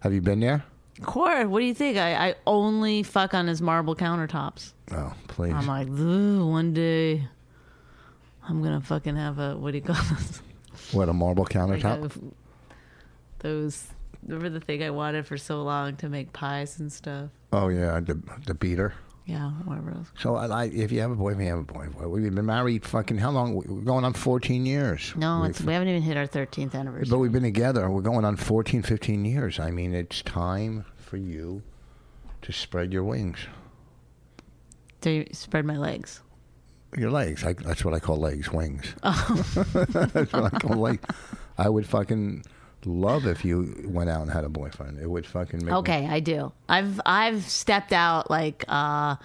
Speaker 2: have you been there?
Speaker 1: Core, what do you think? I, I only fuck on his marble countertops.
Speaker 2: Oh please.
Speaker 1: I'm like, "Ugh, one day I'm gonna fucking have a what do you call those?
Speaker 2: what a marble
Speaker 1: Like
Speaker 2: countertop.
Speaker 1: a- those remember the thing I wanted for so long to make pies and stuff.
Speaker 2: oh yeah, the the beater.
Speaker 1: Yeah, whatever. it was.
Speaker 2: So I, I, if you have a boyfriend, you have a boyfriend. We've been married fucking how long? We're going on 14 years.
Speaker 1: No,
Speaker 2: We've-
Speaker 1: it's, we haven't even hit our 13th anniversary.
Speaker 2: But we've been together. We're going on 14, 15 years. I mean, it's time for you to spread your wings,
Speaker 1: They spread my legs.
Speaker 2: your legs. I, that's what I call legs, wings.
Speaker 1: Oh.
Speaker 2: that's what I call legs. I would fucking love if you went out and had a boyfriend. It would fucking make me-
Speaker 1: Okay, I do. I've I've stepped out like uh,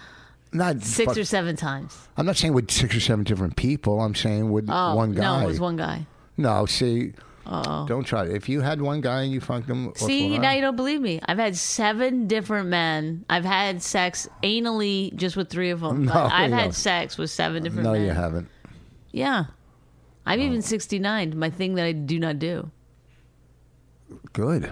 Speaker 2: not
Speaker 1: six
Speaker 2: fuck-
Speaker 1: or seven times.
Speaker 2: I'm not saying with six or seven different people. I'm saying with
Speaker 1: Oh,
Speaker 2: one guy.
Speaker 1: No, it was one guy.
Speaker 2: No, see. Don't try it. If you had one guy and you fucked him, or
Speaker 1: See,
Speaker 2: four-
Speaker 1: now you don't believe me. I've had seven different men. I've had sex anally just with three of them.
Speaker 2: No,
Speaker 1: I've
Speaker 2: you
Speaker 1: had
Speaker 2: don't.
Speaker 1: sex with seven different
Speaker 2: no,
Speaker 1: men.
Speaker 2: you haven't.
Speaker 1: Yeah. I'm even 69, my thing that I do not do.
Speaker 2: Good,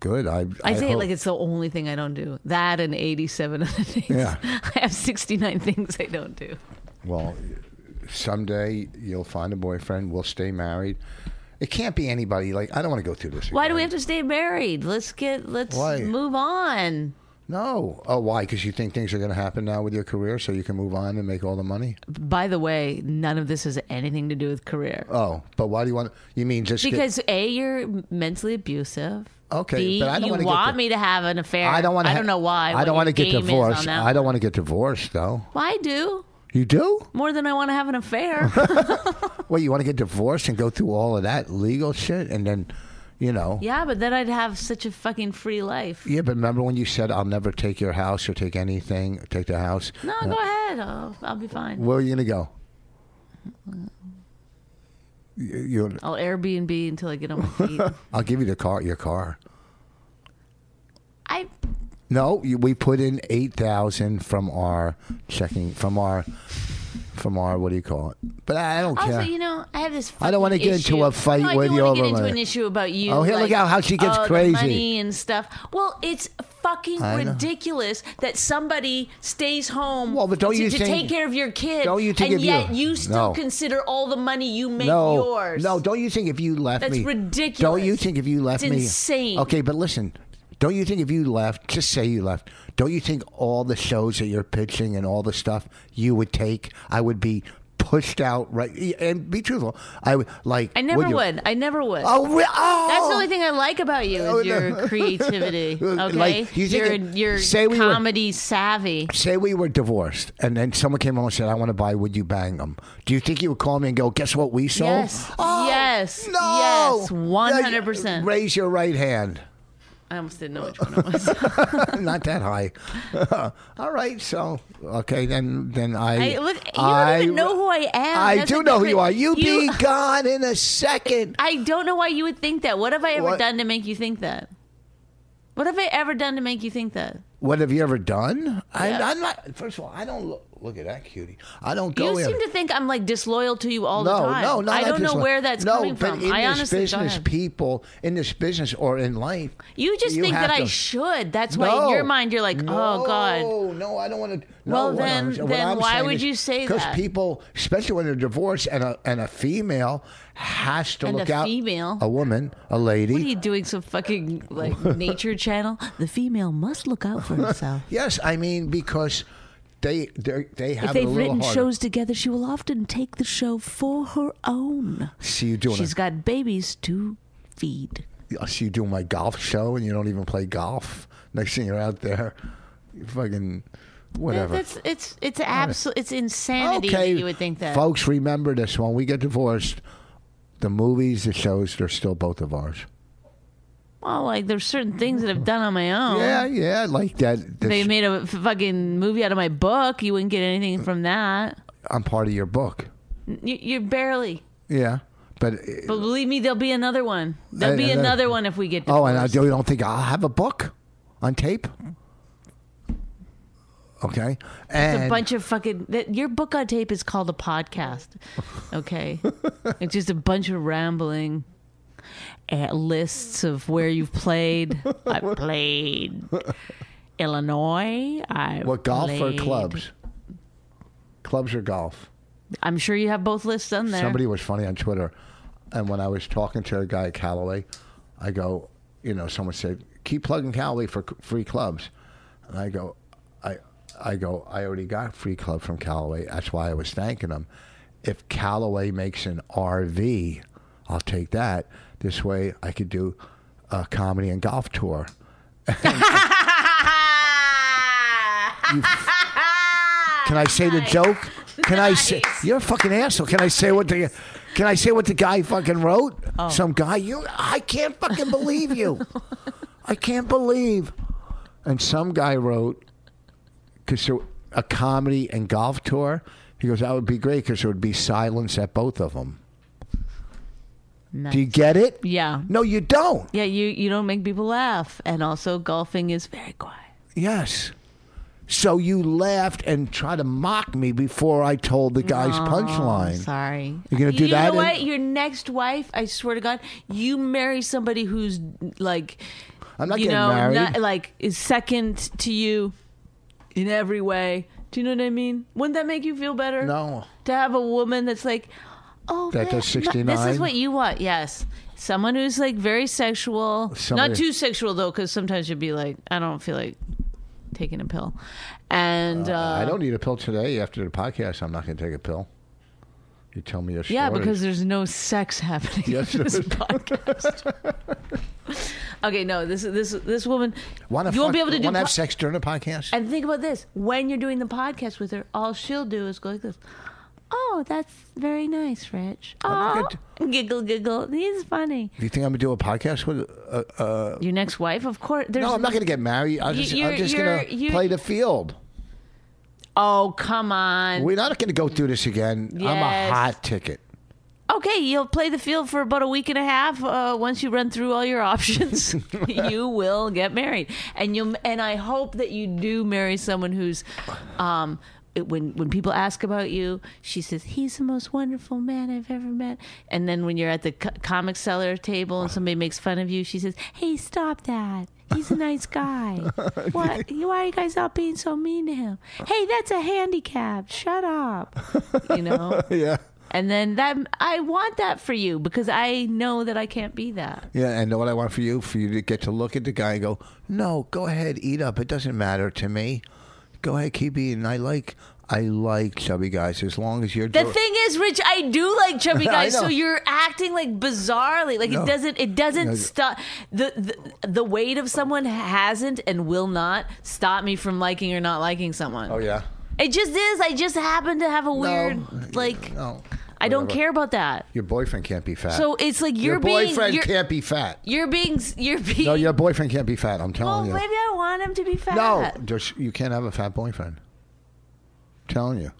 Speaker 2: good. I
Speaker 1: I, say it
Speaker 2: hope-
Speaker 1: like it's the only thing I don't do. That and 87 other things.
Speaker 2: Yeah.
Speaker 1: I have 69 things I don't do.
Speaker 2: Well, someday you'll find a boyfriend. We'll stay married, It can't be anybody. Like I don't want to go through this.
Speaker 1: Why do we have to stay married? Let's get let's
Speaker 2: Why?
Speaker 1: move on.
Speaker 2: No. Oh, why? Because you think things are going to happen now with your career, so you can move on and make all the money.
Speaker 1: By the way, none of this has anything to do with career.
Speaker 2: Oh, but why do you want? You mean just get-
Speaker 1: Because a you're mentally abusive.
Speaker 2: Okay,
Speaker 1: B,
Speaker 2: but I don't
Speaker 1: you
Speaker 2: wanna get
Speaker 1: want
Speaker 2: di-
Speaker 1: me to have an affair.
Speaker 2: I don't want to.
Speaker 1: I don't know why.
Speaker 2: I
Speaker 1: what
Speaker 2: don't
Speaker 1: your
Speaker 2: want to get
Speaker 1: game is on
Speaker 2: divorced.
Speaker 1: that
Speaker 2: I don't want to get divorced, though.
Speaker 1: one. Why do
Speaker 2: You do?
Speaker 1: more than I want to have an affair?
Speaker 2: Wait, you want to get divorced and go through all of that legal shit, and then, you know.
Speaker 1: yeah, but then I'd have such a fucking free life.
Speaker 2: Yeah, but remember when you said, "I'll never take your house or take anything, take the house."
Speaker 1: No, go ahead. I'll, I'll be fine.
Speaker 2: Where are you gonna go? You, you-
Speaker 1: I'll Airbnb until I get on my feet.
Speaker 2: I'll give you the car. Your car.
Speaker 1: I
Speaker 2: No, you, we put in eight thousand from our checking from our from our what do you call it? But I, I don't
Speaker 1: also,
Speaker 2: care.
Speaker 1: you know, I have this.
Speaker 2: I don't wanna
Speaker 1: fucking
Speaker 2: get into
Speaker 1: issue.
Speaker 2: a fight
Speaker 1: no, I
Speaker 2: with
Speaker 1: do
Speaker 2: you
Speaker 1: wanna
Speaker 2: over
Speaker 1: get into
Speaker 2: my-
Speaker 1: an issue about you.
Speaker 2: Oh, here, look
Speaker 1: like,
Speaker 2: out, how she gets
Speaker 1: oh, the
Speaker 2: crazy.
Speaker 1: money and stuff. Well, it's fucking
Speaker 2: I know.
Speaker 1: ridiculous that somebody stays home.
Speaker 2: Well, but don't
Speaker 1: to,
Speaker 2: you
Speaker 1: to
Speaker 2: think-
Speaker 1: take care of your kid?
Speaker 2: don't you think
Speaker 1: and
Speaker 2: if you-
Speaker 1: yet you still
Speaker 2: No.
Speaker 1: consider all the money you make
Speaker 2: no,
Speaker 1: yours?
Speaker 2: no. Don't you think if you left
Speaker 1: That's
Speaker 2: me,
Speaker 1: ridiculous.
Speaker 2: Don't you think if you left
Speaker 1: It's
Speaker 2: me,
Speaker 1: insane.
Speaker 2: Okay, but listen, don't you think if you left, just say you left, don't you think all the shows that you're pitching and all the stuff you would take, I would be pushed out right? And be truthful, I would like.
Speaker 1: I never
Speaker 2: you-
Speaker 1: would. I never would.
Speaker 2: Oh, re- oh,
Speaker 1: That's the only thing I like about you is
Speaker 2: Oh, no.
Speaker 1: your creativity.
Speaker 2: Like,
Speaker 1: Okay,
Speaker 2: you think
Speaker 1: are
Speaker 2: it-
Speaker 1: you're
Speaker 2: say we were-
Speaker 1: comedy savvy.
Speaker 2: Say we were divorced, and then someone came along and said, "I want to buy. Would you bang them?" Do you think you would call me and go, "Guess what we sold?"
Speaker 1: Yes.
Speaker 2: Oh,
Speaker 1: Yes.
Speaker 2: No.
Speaker 1: Yes. 100%.
Speaker 2: Raise your right hand.
Speaker 1: I almost didn't know which one it was.
Speaker 2: Not that high. All right. So okay, then then I.
Speaker 1: I, look, you don't even know who I am.
Speaker 2: I
Speaker 1: That's
Speaker 2: do
Speaker 1: a
Speaker 2: know who you are.
Speaker 1: different-
Speaker 2: You, be gone in a second.
Speaker 1: I don't know why you would think that. What have I ever
Speaker 2: What?
Speaker 1: done to make you think that? What have I ever done to make you think that?
Speaker 2: What have you ever done?
Speaker 1: Yeah.
Speaker 2: I, I'm not. First of all, I don't look. Look at that cutie. I don't go
Speaker 1: you
Speaker 2: in.
Speaker 1: seem to think I'm like disloyal to you all
Speaker 2: no,
Speaker 1: the time.
Speaker 2: no, not
Speaker 1: I
Speaker 2: like
Speaker 1: don't
Speaker 2: this
Speaker 1: know
Speaker 2: one.
Speaker 1: where that's
Speaker 2: no,
Speaker 1: coming
Speaker 2: but
Speaker 1: from.
Speaker 2: In
Speaker 1: I
Speaker 2: this
Speaker 1: honestly go
Speaker 2: business,
Speaker 1: ahead.
Speaker 2: people in this business or in life,
Speaker 1: you just think
Speaker 2: have
Speaker 1: that I
Speaker 2: to-
Speaker 1: should. That's why in
Speaker 2: No.
Speaker 1: your mind you're like, oh god.
Speaker 2: No, no, I don't want to. No,
Speaker 1: Well, then- then why would you say
Speaker 2: Because
Speaker 1: that?
Speaker 2: people, especially when they're divorced, and a and a female has to
Speaker 1: And
Speaker 2: look
Speaker 1: a
Speaker 2: out.
Speaker 1: female.
Speaker 2: a woman, a
Speaker 1: What are
Speaker 2: lady.
Speaker 1: you doing? Some fucking like nature channel. The female must look out for herself.
Speaker 2: Yes, I mean because they they they have
Speaker 1: if
Speaker 2: it a
Speaker 1: they've
Speaker 2: little
Speaker 1: written
Speaker 2: harder.
Speaker 1: shows together, she will often take the show for her own.
Speaker 2: See you doing.
Speaker 1: She's got babies to feed.
Speaker 2: I see you doing my golf show, and you don't even play golf. Next thing you're out there, you fucking whatever.
Speaker 1: That's it's it's absolute it's insanity
Speaker 2: okay,
Speaker 1: that you would think that.
Speaker 2: folks. Remember this: when we get divorced, the movies, the shows, they're still both of ours.
Speaker 1: well, like there's certain things that I've done on my own.
Speaker 2: Yeah, yeah, like that.
Speaker 1: They
Speaker 2: that's-
Speaker 1: made a f- fucking movie out of my book. You wouldn't get anything from that.
Speaker 2: I'm part of your book.
Speaker 1: You, you're barely.
Speaker 2: Yeah, but
Speaker 1: But believe me, there'll be another one. There'll
Speaker 2: I-
Speaker 1: be
Speaker 2: I know.
Speaker 1: another one if we get divorced.
Speaker 2: oh, and I do, not think I'll have a book on tape. Okay, and
Speaker 1: It's a bunch of fucking. That, your book on tape is called a podcast. Okay, it's just a bunch of rambling. At lists of where you've played. I played Illinois. I
Speaker 2: what golf
Speaker 1: played-
Speaker 2: or clubs? Clubs or golf?
Speaker 1: I'm sure you have both lists on there.
Speaker 2: Somebody was funny on Twitter, and when I was talking to a guy at Callaway, I go, you know, someone said, "Keep plugging Callaway for c- free clubs," and I go, I, I go, I already got free club from Callaway. That's why I was thanking him. If Callaway makes an RV, I'll take that. This way, I could do a comedy and golf tour. Can I say the joke? Can I say you're a fucking asshole? Can I say what the Can I say what the guy fucking wrote?
Speaker 1: Oh.
Speaker 2: Some guy. You, I can't fucking believe you. I can't believe. And some guy wrote because a comedy and golf tour. He goes, that would be great because there would be silence at both of them.
Speaker 1: Nice.
Speaker 2: Do you get it?
Speaker 1: yeah,
Speaker 2: No, you don't.
Speaker 1: yeah. You you don't make people laugh, and also golfing is very quiet.
Speaker 2: Yes. So you laughed and tried to mock me before I told the guy's punchline.
Speaker 1: Sorry.
Speaker 2: You're gonna do
Speaker 1: you
Speaker 2: that
Speaker 1: know
Speaker 2: in-
Speaker 1: what? Your next wife, I swear to God, you marry somebody who's like,
Speaker 2: I'm not
Speaker 1: you
Speaker 2: getting
Speaker 1: know,
Speaker 2: married.
Speaker 1: not- like is second to you in every way. Do you know what I mean? Wouldn't that make you feel better?
Speaker 2: No.
Speaker 1: To have a woman that's like, Oh,
Speaker 2: That
Speaker 1: man.
Speaker 2: does
Speaker 1: No, This
Speaker 2: 69?
Speaker 1: is what you want. Yes, someone who's like very sexual,
Speaker 2: Somebody-
Speaker 1: not too sexual though, because sometimes you'd be like, I don't feel like taking a pill, and uh,
Speaker 2: I don't need a pill today. After the podcast, I'm not going to take a pill. You tell me your story.
Speaker 1: yeah, because there's no sex happening
Speaker 2: Yes,
Speaker 1: in this
Speaker 2: there is.
Speaker 1: podcast. okay, no, this this this woman,
Speaker 2: wanna
Speaker 1: you won't be
Speaker 2: fuck-
Speaker 1: able to do.
Speaker 2: wanna have
Speaker 1: po-
Speaker 2: sex during a podcast.
Speaker 1: And think about this: when you're doing the podcast with her, all she'll do is go like this. Oh, that's very nice, Rich. Oh,
Speaker 2: look
Speaker 1: giggle, giggle. He's funny.
Speaker 2: do you think I'm going to do a podcast with? Uh, uh,
Speaker 1: Your next wife, of course. There's
Speaker 2: no, I'm not going to get married. I'm
Speaker 1: You-
Speaker 2: just,
Speaker 1: you're-
Speaker 2: I'm just
Speaker 1: you're-
Speaker 2: going to
Speaker 1: you-
Speaker 2: play the field.
Speaker 1: Oh, come on.
Speaker 2: We're not going to go through this again. I'm a
Speaker 1: Yes.
Speaker 2: hot ticket.
Speaker 1: okay, you'll play the field for about a week and a half. Uh, once you run through all your options, you will get married, and you and I hope that you do marry someone who's. Um, it- when when people ask about you, she says he's the most wonderful man I've ever met. And then when you're at the co- comic seller table and somebody makes fun of you, she says, "Hey, stop that! He's a nice guy. what? Why are you guys all being so mean to him? Hey, that's a handicap. Shut up. You know."
Speaker 2: Yeah.
Speaker 1: And then that I want that for you because I know that I can't be that.
Speaker 2: Yeah, and what I want for you, for you to get to look at the guy and go, no, go ahead, eat up. It doesn't matter to me. Go ahead, keep eating. I like, I like chubby guys as long as you're.
Speaker 1: The
Speaker 2: doing-
Speaker 1: thing is, Rich, I do like chubby
Speaker 2: I
Speaker 1: guys, so
Speaker 2: know.
Speaker 1: you're acting like bizarrely. Like
Speaker 2: No.
Speaker 1: it doesn't it doesn't
Speaker 2: No.
Speaker 1: stop the, the the weight of someone hasn't and will not stop me from liking or not liking someone.
Speaker 2: Oh yeah.
Speaker 1: It just is. I just happen to have a weird like
Speaker 2: No.
Speaker 1: I don't
Speaker 2: Whatever.
Speaker 1: care about that.
Speaker 2: Your boyfriend can't be fat.
Speaker 1: So it's like you're
Speaker 2: your
Speaker 1: being
Speaker 2: boyfriend
Speaker 1: you're,
Speaker 2: can't be fat.
Speaker 1: you're being you're being
Speaker 2: No, your boyfriend can't be fat. I'm
Speaker 1: well,
Speaker 2: telling
Speaker 1: maybe
Speaker 2: you.
Speaker 1: I want him to be fat.
Speaker 2: No, just, you can't have a fat boyfriend. telling you,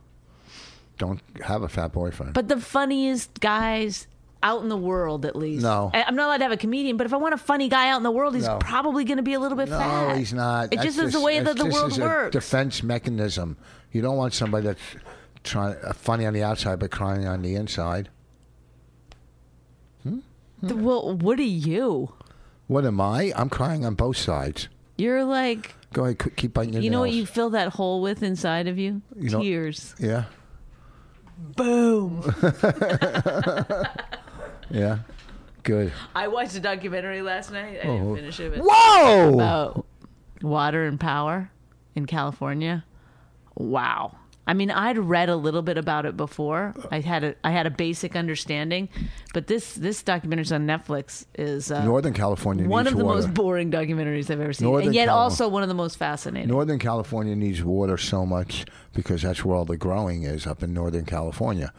Speaker 2: don't have a fat boyfriend.
Speaker 1: But the funniest guys out in the world, at least.
Speaker 2: No.
Speaker 1: I, am not allowed to have a comedian, but if I want a funny guy out in the world, he's
Speaker 2: No.
Speaker 1: probably going to be a little bit
Speaker 2: No,
Speaker 1: fat.
Speaker 2: he's not.
Speaker 1: It
Speaker 2: That's
Speaker 1: just is the way
Speaker 2: that's
Speaker 1: that the
Speaker 2: just uh,
Speaker 1: world
Speaker 2: is a
Speaker 1: works.
Speaker 2: defense mechanism. You don't want somebody that's trying uh, funny on the outside but crying on the inside.
Speaker 1: well, what are you?
Speaker 2: What am I? I'm crying on both sides.
Speaker 1: You're like,
Speaker 2: Go ahead, qu- keep biting your
Speaker 1: you know what you
Speaker 2: nails.
Speaker 1: fill that hole with inside of you?
Speaker 2: You know-
Speaker 1: Tears.
Speaker 2: Yeah,
Speaker 1: Boom.
Speaker 2: yeah, good.
Speaker 1: I watched a documentary last night. I
Speaker 2: Oh,
Speaker 1: didn't finish it. But
Speaker 2: Whoa!
Speaker 1: about Uh, water and power in California. Wow. I mean, I'd read a little bit about it before. I had a I had a basic understanding, but this this documentary's on Netflix is uh,
Speaker 2: Northern California
Speaker 1: one
Speaker 2: needs
Speaker 1: of the
Speaker 2: water.
Speaker 1: most boring documentaries I've ever seen,
Speaker 2: Northern
Speaker 1: and yet
Speaker 2: Cali-
Speaker 1: also one of the most fascinating.
Speaker 2: Northern California needs water so much because that's where all the growing is up in Northern California.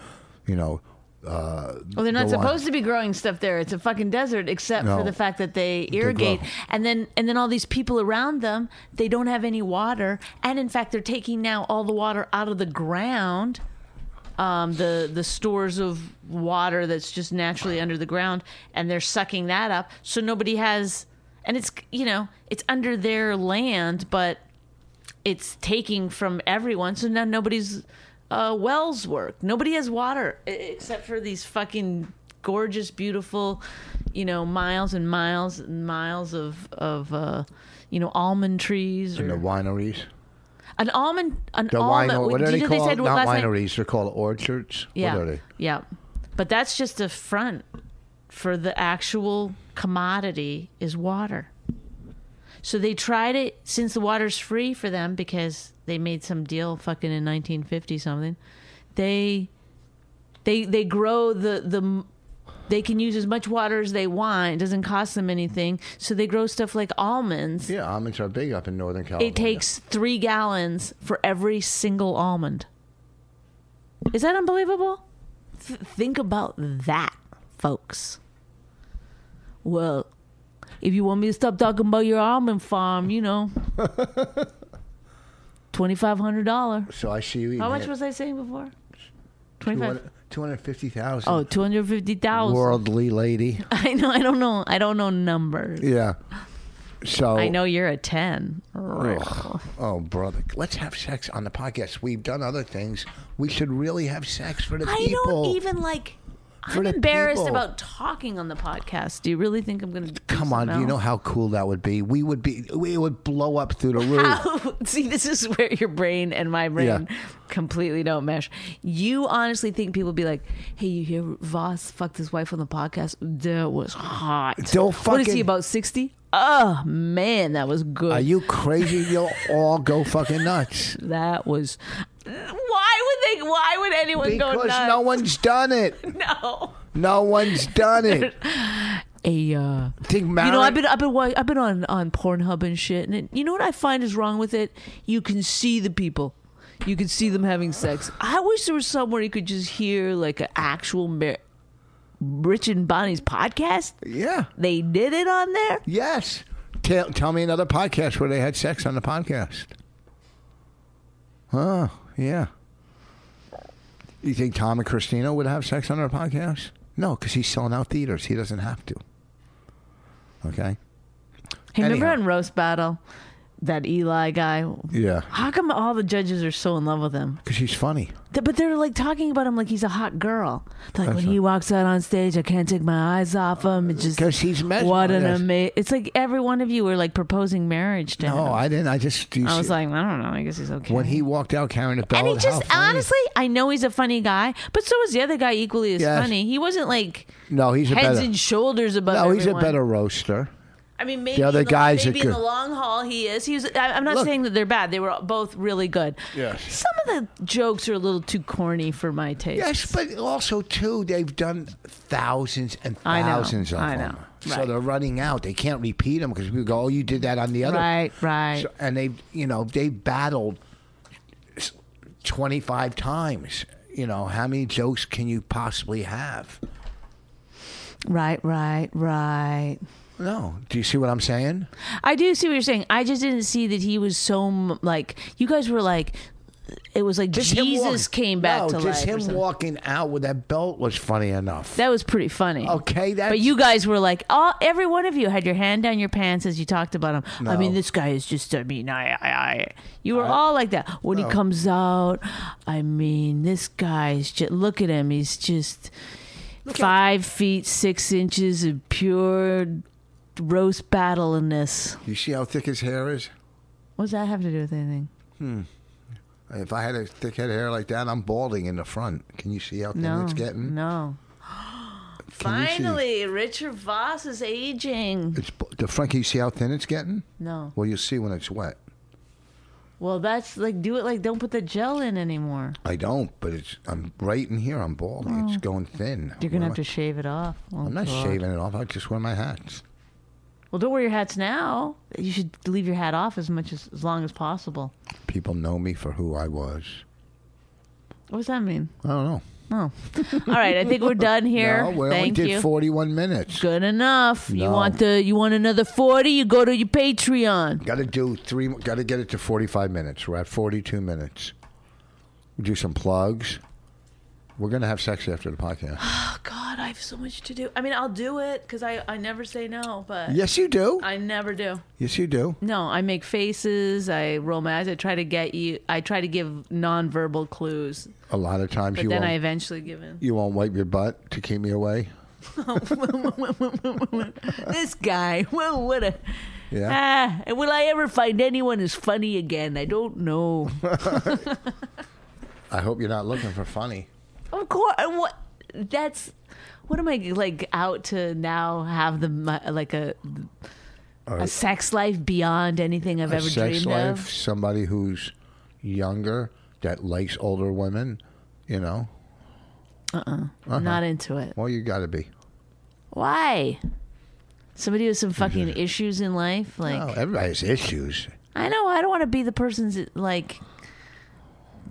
Speaker 2: You know, uh,
Speaker 1: well, they're not
Speaker 2: the one-
Speaker 1: supposed to be growing stuff there. It's a fucking desert, except
Speaker 2: No.
Speaker 1: for the fact that they irrigate,
Speaker 2: grow.
Speaker 1: and then and then all these people around them, they don't have any water, and in fact, they're taking now all the water out of the ground. um, the the stores of water that's just naturally under the ground, and they're sucking that up. So nobody has, and it's you know it's under their land, but it's taking from everyone. So now nobody's uh, wells work. Nobody has water e- except for these fucking gorgeous, beautiful, you know, miles and miles and miles of of uh, you know almond trees
Speaker 2: the
Speaker 1: or
Speaker 2: wineries.
Speaker 1: an almond an
Speaker 2: The
Speaker 1: almond.
Speaker 2: wine, what are they
Speaker 1: did they say
Speaker 2: called? Not
Speaker 1: last night?
Speaker 2: wineries. They're called orchards.
Speaker 1: Yeah.
Speaker 2: What are they?
Speaker 1: Yeah. But that's just a front for the actual commodity is water. So they tried it since the water's free for them because they made some deal fucking in 1950 something. They they they grow the the they can use as much water as they want. It doesn't cost them anything. So they grow stuff like almonds.
Speaker 2: Yeah, almonds are big up in Northern California.
Speaker 1: It takes 3 gallons for every single almond. Is that unbelievable? Th- think about that, folks. Well, if you want me to stop talking about your almond farm, you know, $2,500.
Speaker 2: So I see you eating
Speaker 1: How much
Speaker 2: it.
Speaker 1: was I saying before? 25
Speaker 2: 250,000.
Speaker 1: Oh, 250,000.
Speaker 2: worldly lady.
Speaker 1: I know I don't know. I don't know numbers.
Speaker 2: yeah. So
Speaker 1: I know you're a 10.
Speaker 2: Ugh. Oh, brother. Let's have sex on the podcast. We've done other things. We should really have sex for the
Speaker 1: I
Speaker 2: people.
Speaker 1: don't even like
Speaker 2: for
Speaker 1: I'm
Speaker 2: the
Speaker 1: embarrassed
Speaker 2: people.
Speaker 1: about talking on the podcast. Do you really think I'm going to
Speaker 2: Come on, do you know how cool that would be? We would be, we would blow up through the roof.
Speaker 1: See, this is where your brain and my brain
Speaker 2: Yeah.
Speaker 1: completely don't mesh. You honestly think people be like, "Hey, you hear Voss fucked his wife on the podcast? That was hot.
Speaker 2: Don't
Speaker 1: What is he
Speaker 2: fucking-
Speaker 1: about sixty? Oh man, that was good.
Speaker 2: Are you crazy? You'll all go fucking nuts
Speaker 1: that was. Why would they? Why would anyone go
Speaker 2: because
Speaker 1: nuts?
Speaker 2: no one's done it.
Speaker 1: no.
Speaker 2: No one's done it.
Speaker 1: A. Uh,
Speaker 2: Think
Speaker 1: You know,
Speaker 2: Maren-
Speaker 1: I've been, I've been, wa- I've been on on Pornhub and shit, and it, you know what I find is wrong with it? You can see the people, you can see them having sex. I wish there was somewhere you could just hear like an actual Mar- Rich and Bonnie's podcast.
Speaker 2: Yeah.
Speaker 1: They did it on there.
Speaker 2: Yes. Tell, tell me another podcast where they had sex on the podcast. Oh, yeah. You think Tom and Christina would have sex on their podcast? No, because he's selling out theaters. He doesn't have to. Okay.
Speaker 1: Hey, remember
Speaker 2: Anyhow.
Speaker 1: on Roast Battle, that Eli guy?
Speaker 2: Yeah.
Speaker 1: How come all the judges are so in love with him?
Speaker 2: Because he's funny.
Speaker 1: Th- But they're like talking about him like he's a hot girl. They're like
Speaker 2: That's
Speaker 1: when he
Speaker 2: right.
Speaker 1: walks out on stage, I can't take my eyes off him. It's just
Speaker 2: 'Cause he's mesmerized.
Speaker 1: what an amazing. It's like every one of you were like proposing marriage to him.
Speaker 2: No, I didn't. I just. do you
Speaker 1: I was
Speaker 2: see-
Speaker 1: like, I don't know. I guess he's okay.
Speaker 2: when he walked out carrying a belt.
Speaker 1: and he
Speaker 2: how
Speaker 1: just
Speaker 2: funny.
Speaker 1: honestly, I know he's a funny guy, but so was the other guy equally as
Speaker 2: Yes.
Speaker 1: funny. He wasn't like
Speaker 2: No, he's a
Speaker 1: heads
Speaker 2: better.
Speaker 1: and shoulders above.
Speaker 2: no, he's a
Speaker 1: everyone.
Speaker 2: better roaster.
Speaker 1: I mean, maybe
Speaker 2: other
Speaker 1: in the,
Speaker 2: guys are
Speaker 1: Maybe in
Speaker 2: good.
Speaker 1: the long haul, he is. He was. I, I'm not
Speaker 2: Look.
Speaker 1: saying that they're bad. They were both really good.
Speaker 2: Yes.
Speaker 1: Some of the jokes are a little too corny for my taste.
Speaker 2: Yes, but also too, they've done thousands and
Speaker 1: I know,
Speaker 2: thousands of
Speaker 1: I
Speaker 2: them.
Speaker 1: know,
Speaker 2: So
Speaker 1: right.
Speaker 2: they're running out. They can't repeat them because people go, "Oh, you did that on the other."
Speaker 1: Right, right.
Speaker 2: So- and they, you know, they battled twenty-five times. You know, how many jokes can you possibly have?
Speaker 1: Right, right, right.
Speaker 2: No. Do you see what I'm saying?
Speaker 1: I do see what you're saying. I just didn't see that he was so m- like you guys were like it was like
Speaker 2: Just him walk-
Speaker 1: Jesus came back
Speaker 2: no,
Speaker 1: to
Speaker 2: just
Speaker 1: life. or
Speaker 2: him
Speaker 1: something.
Speaker 2: walking out with that belt was funny enough.
Speaker 1: that was pretty funny.
Speaker 2: Okay, that's-
Speaker 1: but you guys were like all every one of you had your hand down your pants as you talked about him. I
Speaker 2: No.
Speaker 1: mean, this guy is just. I mean, I, I, I. You were all like that when he comes out. I mean, this guy's just look at him. He's just five feet six inches of pure roast battle in this.
Speaker 2: you see how thick his hair is?
Speaker 1: What does that have to do with anything?
Speaker 2: If I had a thick head of hair like that, I'm balding in the front. Can you see how thin
Speaker 1: No,
Speaker 2: it's getting?
Speaker 1: no.
Speaker 2: Can you see?
Speaker 1: Finally, Richard Voss is aging.
Speaker 2: It's the Frankie. You see how thin it's getting?
Speaker 1: No.
Speaker 2: Well, you'll see when it's wet.
Speaker 1: Well, that's like do it like don't put the gel in anymore.
Speaker 2: I don't, but it's. I'm right in here. I'm balding. It's going thin.
Speaker 1: Oh. You're gonna
Speaker 2: What
Speaker 1: have to
Speaker 2: am
Speaker 1: shave it off. Oh,
Speaker 2: I- I'm not
Speaker 1: God.
Speaker 2: shaving it off. I just wear my hats.
Speaker 1: Well, don't wear your hats now. You should leave your hat off as much as as long as possible.
Speaker 2: People know me for who I was.
Speaker 1: What does that mean?
Speaker 2: I don't know.
Speaker 1: Oh, all right. I think we're done here.
Speaker 2: No, we only
Speaker 1: Thank
Speaker 2: did
Speaker 1: you.
Speaker 2: 41 minutes.
Speaker 1: Good enough. You
Speaker 2: No.
Speaker 1: want the you want another forty? You go to your Patreon.
Speaker 2: Got to do three. Got to get it to 45 minutes. We're at 42 minutes. We do some plugs. We're gonna have sex after the podcast.
Speaker 1: Oh God, I have so much to do. I mean, I'll do it because I I never say no, but
Speaker 2: yes, you do.
Speaker 1: I never do.
Speaker 2: Yes, you do.
Speaker 1: No, I make faces. I roll my eyes. I try to get you. I try to give nonverbal clues,
Speaker 2: A lot of times
Speaker 1: but
Speaker 2: you
Speaker 1: then I
Speaker 2: won't.
Speaker 1: eventually give in.
Speaker 2: You won't wipe your butt to keep me away.
Speaker 1: this guy, well, what a.
Speaker 2: Yeah.
Speaker 1: Ah, and will I ever find anyone as funny again? I don't know.
Speaker 2: I hope you're not looking for funny.
Speaker 1: of course, what? That's what am I like out to now? Have the mi- like a a sex life beyond anything I've
Speaker 2: A
Speaker 1: ever
Speaker 2: sex
Speaker 1: dreamed
Speaker 2: life,
Speaker 1: of.
Speaker 2: somebody who's younger that likes older women, you know. Uh-huh.
Speaker 1: Not into it.
Speaker 2: Well, you got to be.
Speaker 1: Why? Somebody with some fucking issues in life, like.
Speaker 2: Oh, everybody has issues.
Speaker 1: I know. I don't want to be the person's that, like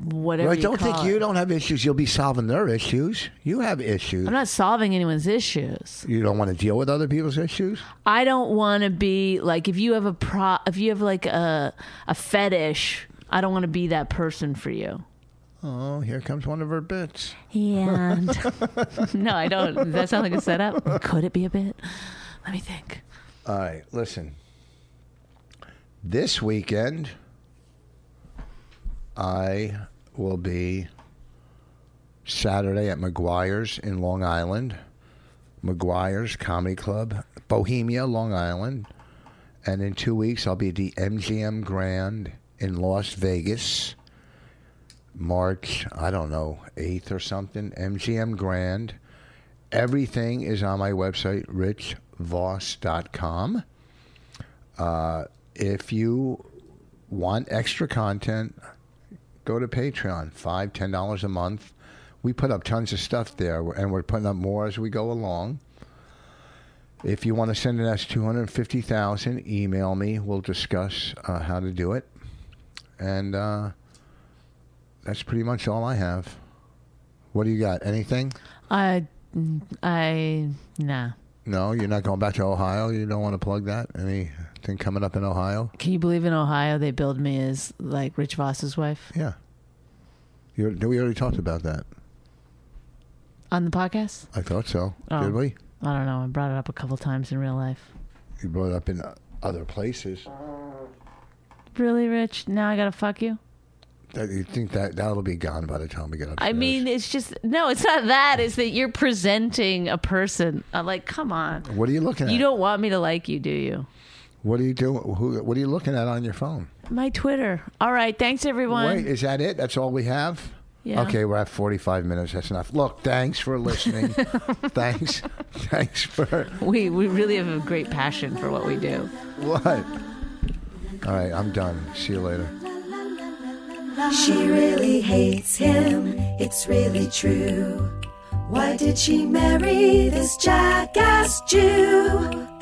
Speaker 1: whatever.
Speaker 2: Right?
Speaker 1: you
Speaker 2: Don't think
Speaker 1: call
Speaker 2: you
Speaker 1: it.
Speaker 2: don't have issues. You'll be solving their issues. You have issues.
Speaker 1: I'm not solving anyone's issues.
Speaker 2: you don't want to deal with other people's issues.
Speaker 1: I don't want to be like if you have a pro, if you have like a a fetish. I don't want to be that person for you.
Speaker 2: Oh, here comes one of her bits.
Speaker 1: And no, I don't. Does that sound like a setup? Could it be a bit? Let me think.
Speaker 2: All right, listen. This weekend, I will be Saturday at McGuire's in Long Island, McGuire's Comedy Club, Bohemia, Long Island. And in two weeks, I'll be at the MGM Grand in Las Vegas, March, I don't know, 8th or something, MGM Grand. Everything is on my website, richvoss.com. Uh, if you want extra content, go to Patreon. Five, ten dollars a month. We put up tons of stuff there, and we're putting up more as we go along. If you want to send it as two hundred fifty thousand, email me. We'll discuss uh, how to do it, and uh, that's pretty much all I have. What do you got? Anything?
Speaker 1: I, I, nah.
Speaker 2: No, you're not going back to Ohio. You don't want to plug that. Anything coming up in Ohio?
Speaker 1: Can you believe in Ohio they billed me as like Rich Voss's wife
Speaker 2: Yeah. You, we already talked about that.
Speaker 1: on the podcast?
Speaker 2: I thought so.
Speaker 1: Oh.
Speaker 2: Did we?
Speaker 1: I don't know. I brought it up a couple times in real life.
Speaker 2: You brought it up in other places.
Speaker 1: Really, Rich? Now I gotta fuck you?
Speaker 2: That you think that that'll be gone by the time we get up?
Speaker 1: I mean, it's just no. It's not that. It's that you're presenting a person. I'm like, come on.
Speaker 2: what are you looking at?
Speaker 1: You don't want me to like you, do you?
Speaker 2: What are you doing? Who? What are you looking at on your phone?
Speaker 1: My Twitter. All right. Thanks, everyone.
Speaker 2: Wait, is that it? That's all we have.
Speaker 1: Yeah.
Speaker 2: Okay, we're at 45 minutes. That's enough. Look, thanks for listening. thanks. Thanks for
Speaker 1: We we really have a great passion for what we do.
Speaker 2: what? All right, I'm done. See you later.
Speaker 3: She really hates him, it's really true. Why did she marry this jackass Jew?